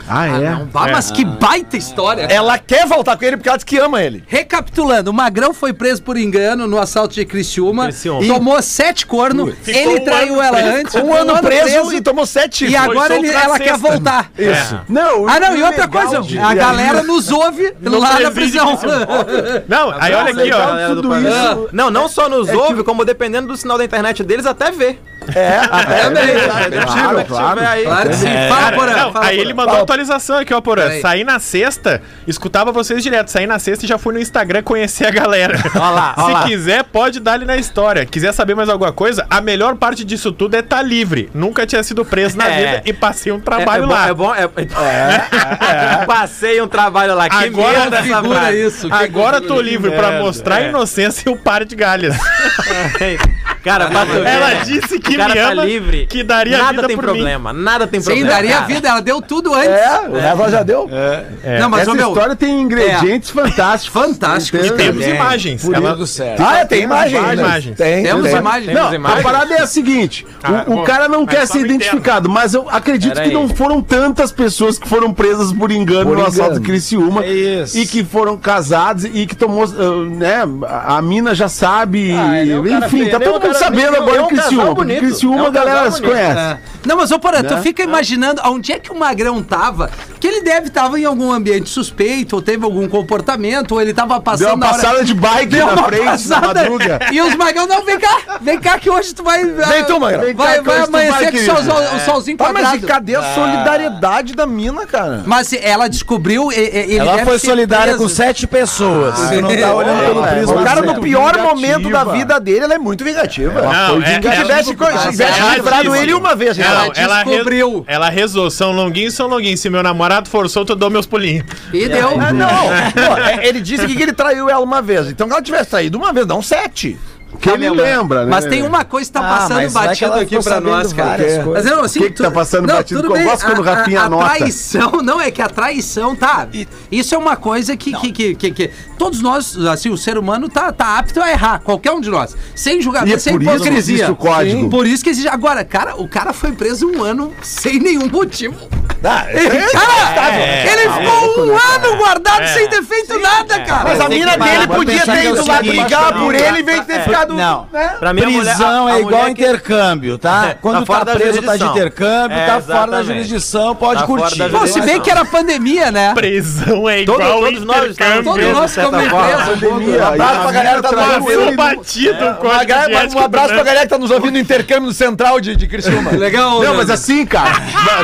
G: Ah,
E: Ah,
G: é?
E: não, bah, mas que baita história.
I: Ela quer voltar com ele porque ela diz que ama ele.
E: Recapitulando, o Magrão foi preso por engano no assalto de Criciúma,
H: Criciúma.
E: tomou sete corno,
F: Ficou
E: ele
F: um
E: traiu
F: ano
E: ela
F: preso.
E: antes,
I: Um
E: ficou
I: ano, preso, e tomou sete.
E: tá e agora
F: solto
E: ele-
F: na
E: ela quer
F: sexta.
E: voltar.
I: Isso.
G: Não,
E: Ah, não, e
I: é
E: outra coisa, a galera nos ouve lá na
F: presídio
E: prisão.
F: Não, aí olha aqui,
G: legal,
F: ó.
G: galera do
H: Tudo
G: Paraná.
H: isso. Não, não só
E: É
H: nos
E: tipo-
H: ouve, como dependendo do sinal da internet deles, até vê.
I: É, até
E: Também.
G: Claro, claro.
E: [laughs] Claro que sim. Fala,
F: É, Cara,
E: Porã.
F: não,
E: fala,
F: aí
E: Porã.
F: ele mandou
I: Fala.
F: atualização aqui, ó, Porã.
E: Peraí.
F: Saí na sexta, escutava vocês direto. Saí na sexta e já fui no Instagram conhecer a galera.
H: Ó lá, ó
F: Se
H: lá.
F: quiser, pode dar ali na história. Quiser saber mais alguma coisa, a melhor parte disso tudo é estar livre. Nunca tinha sido preso na
H: É.
F: vida e passei um
H: É, é
F: trabalho
H: bom-
F: lá.
H: É bom, é, é. [laughs] Passei um trabalho lá. Que
F: Agora
H: merda essa
E: Figura
H: frase. Ah,
E: isso. que
F: Agora
E: figura.
F: tô livre pra
H: merda. É.
F: mostrar a inocência e o par de
H: [laughs]
F: galhas.
H: Cara, pra tu ver,
F: Ela
H: né?
F: disse que
H: o cara
F: me
H: tá
F: ama,
H: livre.
F: que daria
H: nada
F: vida
H: tem
F: por
H: problema, nada tem
E: Sim,
H: problema.
E: daria
H: cara.
E: vida, ela deu tudo antes.
I: É, o resto ela já deu. É.
E: Não, mas, ô,
G: Essa
E: meu,
G: história tem ingredientes fantásticos.
E: fantástico.
G: Entendeu?
F: Temos imagens. Ela-
C: céu.
I: Ah, é, tem imagem.
F: Tem
I: né?
F: imagens.
I: Tem,
E: Temos
I: tem.
E: imagens.
G: Não,
H: imagens?
G: a parada é a seguinte: o-
F: Cara,
G: o,
F: Ah, bom,
G: cara não
F: mas
G: quer
F: só
G: ser
F: no interno.
G: identificado, mas eu acredito
H: Pera
G: que
H: aí.
G: não foram tantas pessoas que foram presas por engano
I: Por
G: no assalto
I: engano.
G: de Criciúma
C: É isso.
G: e que foram casados e que tomou, ah, né? A a mina já sabe,
H: Ah, ele é um cara
G: enfim,
H: feio,
G: tá
H: ele é um
G: todo mundo
H: cara
G: sabendo
H: feio,
G: agora
H: é um
G: em Criciúma.
H: casal
G: porque
H: bonito,
G: Criciúma
H: é um
G: a galera
H: casal
G: se
H: bonito.
G: conhece.
E: É. Não, mas ô Porã, tu
G: Né?
E: fica imaginando onde é que o Magrão tava. Porque que ele deve estava em algum ambiente suspeito, ou teve algum comportamento, ou ele estava passando
I: Deu uma
E: na hora-
I: passada de bike
E: Deu
I: na
E: uma
I: frente,
E: passada.
I: na madruga.
E: E os magrão, não, vem cá, vem cá que hoje tu vai. Vem
A: tu, magrão.
E: Vai,
I: Vem cá
E: vai,
I: que hoje tu vai,
E: amanhecer com o,
I: querido.
E: solzão- o solzinho
A: Tá, mas
E: quadrado.
A: e cadê
G: Ah.
A: a solidariedade da mina, cara?
E: Mas se ela descobriu. e- e- Ele
G: Ela
E: deve
G: foi
E: ser
G: solidária
E: preso.
G: com sete pessoas. Você não tá olhando pelo
A: É,
G: prisma.
A: o cara,
G: certo.
A: no pior momento da vida dele, ela é muito vingativa.
F: Não, é,
A: Se tivesse, co- se tivesse
F: ela
A: livrado
F: disse,
A: ele uma vez,
F: Ela,
A: ela,
F: ela, ela,
E: descobriu.
F: re, ela rezou. São longuinhos, são longuinhos. Se meu namorado for solto, eu dou meus pulinhos. [laughs]
E: E deu.
A: Ah, não, pô, é- ele disse que ele traiu ela uma vez. Então, que ela tivesse traído uma vez, não sete.
I: Que ele lembra, né?
E: Mas tem uma coisa que tá
G: Ah,
E: passando
G: mas vai que
E: batido
G: ela
E: aqui
G: ficou
E: pra nós,
G: sabendo
E: cara.
G: várias coisas.
E: Mas não, assim,
I: É. O que que tá passando batido?
E: tudo
I: Que eu
E: bem,
I: gosto quando o
E: a- a-
I: Rafinha
E: a,
I: anota.
E: traição, não, é que a traição, tá? Isso é uma coisa que, que, que, que- que todos nós, assim, o ser humano tá, tá apto a errar, qualquer um de nós. Sem
I: E é
E: julgamento, sem
I: por isso que existe
E: hipocrisia.
I: o código.
E: Sim. Por isso que existe. Agora, cara, o cara foi preso um ano sem nenhum motivo.
G: Ah,
I: É.
A: É
E: Ele,
G: é,
E: cara, ele
I: Tá
E: ficou
I: né,
E: um ano guardado
I: É.
E: sem ter feito nada, cara.
A: Mas a mina
G: é, parar
A: dele
G: pra
A: podia
G: pensar
A: ter
G: que é
A: ido
G: o
A: lá
G: seguinte,
A: brigar
G: né?
A: por ele em vez de ter ficado. né,
G: Não.
H: Pra mim, a mulher-
G: Prisão
H: a- a
G: é igual
H: mulher que-
G: intercâmbio,
H: [laughs]
G: tá? Quando
H: fora
G: tá
H: da
G: preso, tá de
H: jurisdição.
G: intercâmbio,
H: É,
G: tá fora da
H: exatamente.
G: jurisdição, pode
H: Tá fora
G: curtir.
H: da
E: Pô, se bem que era pandemia, né?
F: Prisão é
H: Todo-
F: igual
H: todos nós estamos
F: intercâmbio.
E: Todo nós
H: de certa
E: ficamos
H: forma.
E: presos.
I: pandemia.
A: abraço pra galera da
I: traiu
A: Bahia.
I: ele.
F: batido
H: É,
F: o
A: Uma
F: código
A: galera-
F: de ética
A: um abraço
F: do
A: pra galera que tá nos ouvindo no intercâmbio central de, de Criciúma.
E: [laughs] Legal,
I: Não,
E: Leandro.
I: mas assim,
E: [laughs]
I: cara,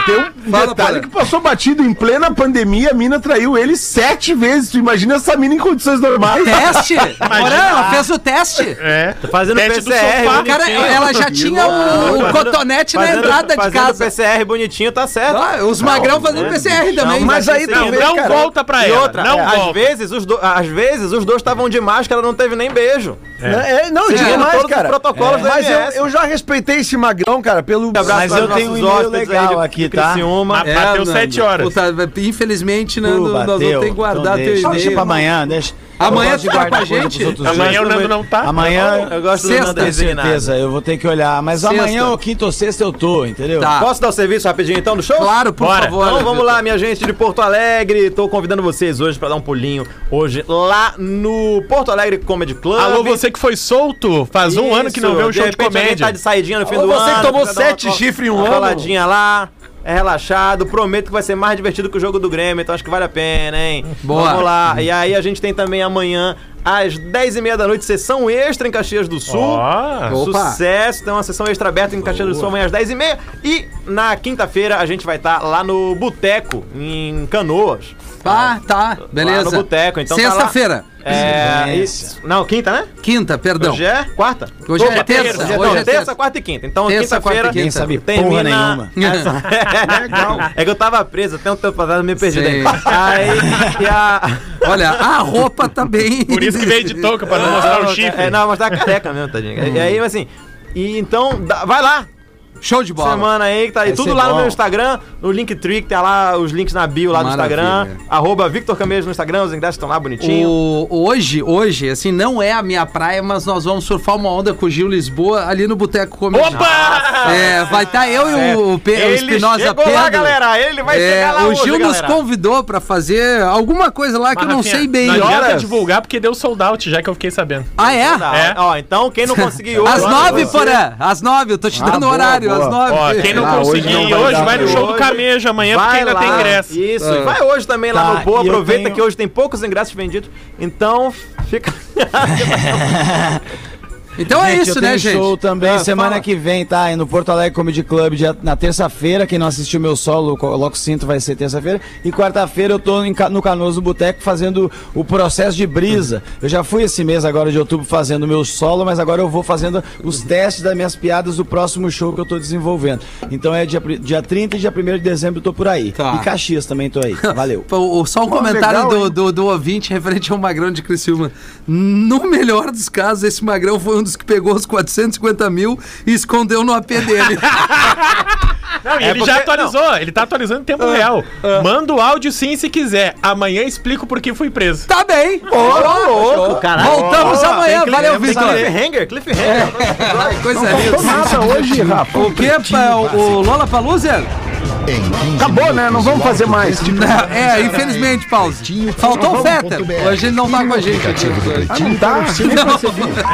I: tem um
E: Fala,
I: detalhe
E: Paulo.
I: que passou batido em plena pandemia, a mina traiu ele sete vezes. Tu imagina essa mina em condições normais?
E: Teste? Olha, ela fez o teste.
F: É.
H: Tá Fazendo
F: Teste do
H: PCR,
F: sofá,
E: O cara, é- ela já tinha o, o cotonete na
G: é
H: Fazendo-
E: entrada de
H: fazendo
E: casa.
H: PCR bonitinho, tá certo.
E: Ah, os magrão fazendo PCR também. né?
A: Mas aí
F: Não,
A: talvez,
F: não
A: cara.
F: volta pra
H: E
F: ela.
H: outra,
F: não
H: é, às,
F: volta.
H: vezes, os do- às vezes os dois estavam de máscara, não teve nem beijo.
I: Né?
A: É, não, eu
H: Seguindo
A: digo mais,
H: todos os
A: cara. É.
H: protocolos da
A: Mas eu,
H: MS.
A: eu já respeitei esse magrão, cara, pelo.
H: Abraço
G: Mas eu
H: para os
G: tenho
H: nossos
G: um e-mail
H: hóspedes
G: legal
H: aí de-
G: aqui,
H: de
G: tá?
H: Criciúma.
F: É, bateu
E: Nando,
F: sete horas.
E: puta, infelizmente,
G: Pô,
E: Nando, né, nós
G: bateu.
E: vamos ter que guardar
G: Então
E: teu
G: deixa,
E: e-mail.
G: Deixa pra amanhã, deixa.
E: Amanhã
G: Eu gosto de
E: tu tá
G: guardar
E: com a
G: coisa
E: gente?
G: pros outros dias.
F: Amanhã o
H: do
F: Nando
H: meu-
F: não tá.
G: Amanhã,
H: Eu gosto do
E: Sexta,
H: Nando
E: tenho
G: com
H: Resinado.
G: certeza, eu vou ter que olhar. Mas
E: Sexta.
G: amanhã, ou quinta ou sexta, eu tô, entendeu?
E: Tá.
H: Posso dar o serviço rapidinho então do show?
E: Claro, por
F: Bora.
E: favor.
H: Então vamos
E: Vitor.
H: lá, minha gente de Porto Alegre. Tô convidando vocês hoje pra dar um pulinho hoje lá no Porto Alegre Comedy Club.
F: Alô, você que foi solto, faz um
H: Isso,
F: ano que não vê um show de
H: repente alguém
F: comédia.
H: tá de saidinha no fim
A: Alô,
H: do
A: você
H: ano.
A: que tomou
H: quiser dar uma
A: sete
H: cola-
A: chifre em um
H: uma
A: ano.
H: Coladinha lá. É relaxado, prometo que vai ser mais divertido que o jogo do Grêmio, então acho que vale a pena, hein?
E: Boa.
H: Vamos lá. E aí a gente tem também amanhã, às 10h30 da noite, sessão extra em Caxias do Sul.
F: Ó.
E: Opa.
H: Sucesso, tem uma sessão extra aberta em Caxias do Sul amanhã às 10h30. E na quinta-feira a gente vai estar lá no Boteco, em Canoas.
E: Tá, tá, beleza.
H: Lá no boteco, então tá lá.
E: Sexta-feira.
H: É,
G: Isso.
H: e- não, quinta, né?
E: Quinta, perdão.
H: Hoje é quarta.
E: Hoje é terça,
H: Hoje é,
E: hoje é
H: terça,
E: terça.
H: quarta e quinta. Então,
E: Terça, quarta e
H: quinta-feira.
E: quinta. Ninguém
G: sabe
H: termina-
G: porra nenhuma.
E: [laughs]
H: Legal. É que eu tava preso até um tempo atrás, me perdi.
E: Sim.
H: daí. Aí, e a...
E: Olha, a roupa tá bem.
F: Por isso que veio de touca, pra não [laughs] mostrar o chifre.
H: É, não, mas tá careca mesmo, tadinho. E aí, assim, e então, dá- vai lá,
E: [laughs] Show de bola.
H: semana aí que tá aí.
G: Vai
H: Tudo
G: ser
H: lá no
G: bom.
H: meu Instagram, no Linktree, que tá lá os links na bio lá do
E: Maravilha.
H: Instagram. Arroba Victor Camejo no Instagram, os ingressos estão lá bonitinho.
E: O- hoje, hoje, assim, não é a minha praia, mas nós vamos surfar uma onda com o Gil Lisboa ali no Boteco Comedy.
F: Opa!
E: É, vai estar eu e o, Pe- o Espinosa
H: chegou
E: Pedro.
H: lá, galera. Ele vai
E: É,
H: chegar lá
E: o
H: hoje,
E: Gil nos
H: galera.
E: convidou pra fazer alguma coisa lá que eu não
F: Rafinha,
E: sei bem.
F: Não adianta
I: Horas?
F: divulgar porque deu sold out, já que eu fiquei sabendo.
E: Ah, é?
H: Tá,
F: É.
H: Ó, então quem não conseguir hoje...
E: Às nove,
H: você-
E: Porã. Às nove, eu tô te dando
I: boa,
E: horário.
I: boa.
E: Às nove.
F: Ó, quem não
H: Tá
I: Ah, hoje
F: conseguir
I: não
F: hoje,
I: vai dar,
F: vai no
I: hoje. É.
F: show do Camejo amanhã, porque ainda tem ingresso.
H: Isso,
E: Ah.
H: e vai hoje também lá
G: Tá,
H: no Boa.
G: e eu
H: Aproveita
G: tenho-
H: que hoje tem poucos ingressos vendidos. Então, fica.
E: Então é
G: Gente,
E: isso,
G: eu tenho
E: né, gente?
G: show também
H: Ah,
G: semana
H: fala.
G: que vem, tá? E no Porto Alegre Comedy Club, dia- na terça-feira. Quem não assistiu meu solo, coloca o cinto, vai ser terça-feira. E quarta-feira eu tô em Ca- no Canoso Boteco fazendo o processo de brisa. Eu já fui esse mês agora de outubro fazendo meu solo, mas agora eu vou fazendo os testes das minhas piadas do próximo show que eu tô desenvolvendo. Então é dia, pri- dia 30 e dia 1 de dezembro eu tô por aí.
E: Tá.
G: E Caxias também
E: [laughs]
G: tô aí. Valeu.
E: Pô, o- só um comentário do, do, do ouvinte referente ao Magrão de Criciúma. No melhor dos casos, esse Magrão foi um dos que pegou os 450 mil e escondeu no AP dele.
F: Não, e
H: É
F: ele
H: porque-
F: já atualizou, ele tá atualizando em tempo real. Manda o áudio sim se quiser. Amanhã explico por que fui preso.
E: tá bem. Boa.
H: louco, caralho.
E: Voltamos amanhã. Valeu, Victor.
H: Cliffhanger, cliffhanger.
E: Ai, Coisa linda.
A: é
I: Nada hoje, Rafa.
E: O que, pá, o, o Lola Palusa?
I: Acabou, né? Não vamos fazer mais.
E: É, infelizmente, Pause. Faltou o Fetter. Hoje ele não tá com a gente. aqui.
I: Ah, não tá.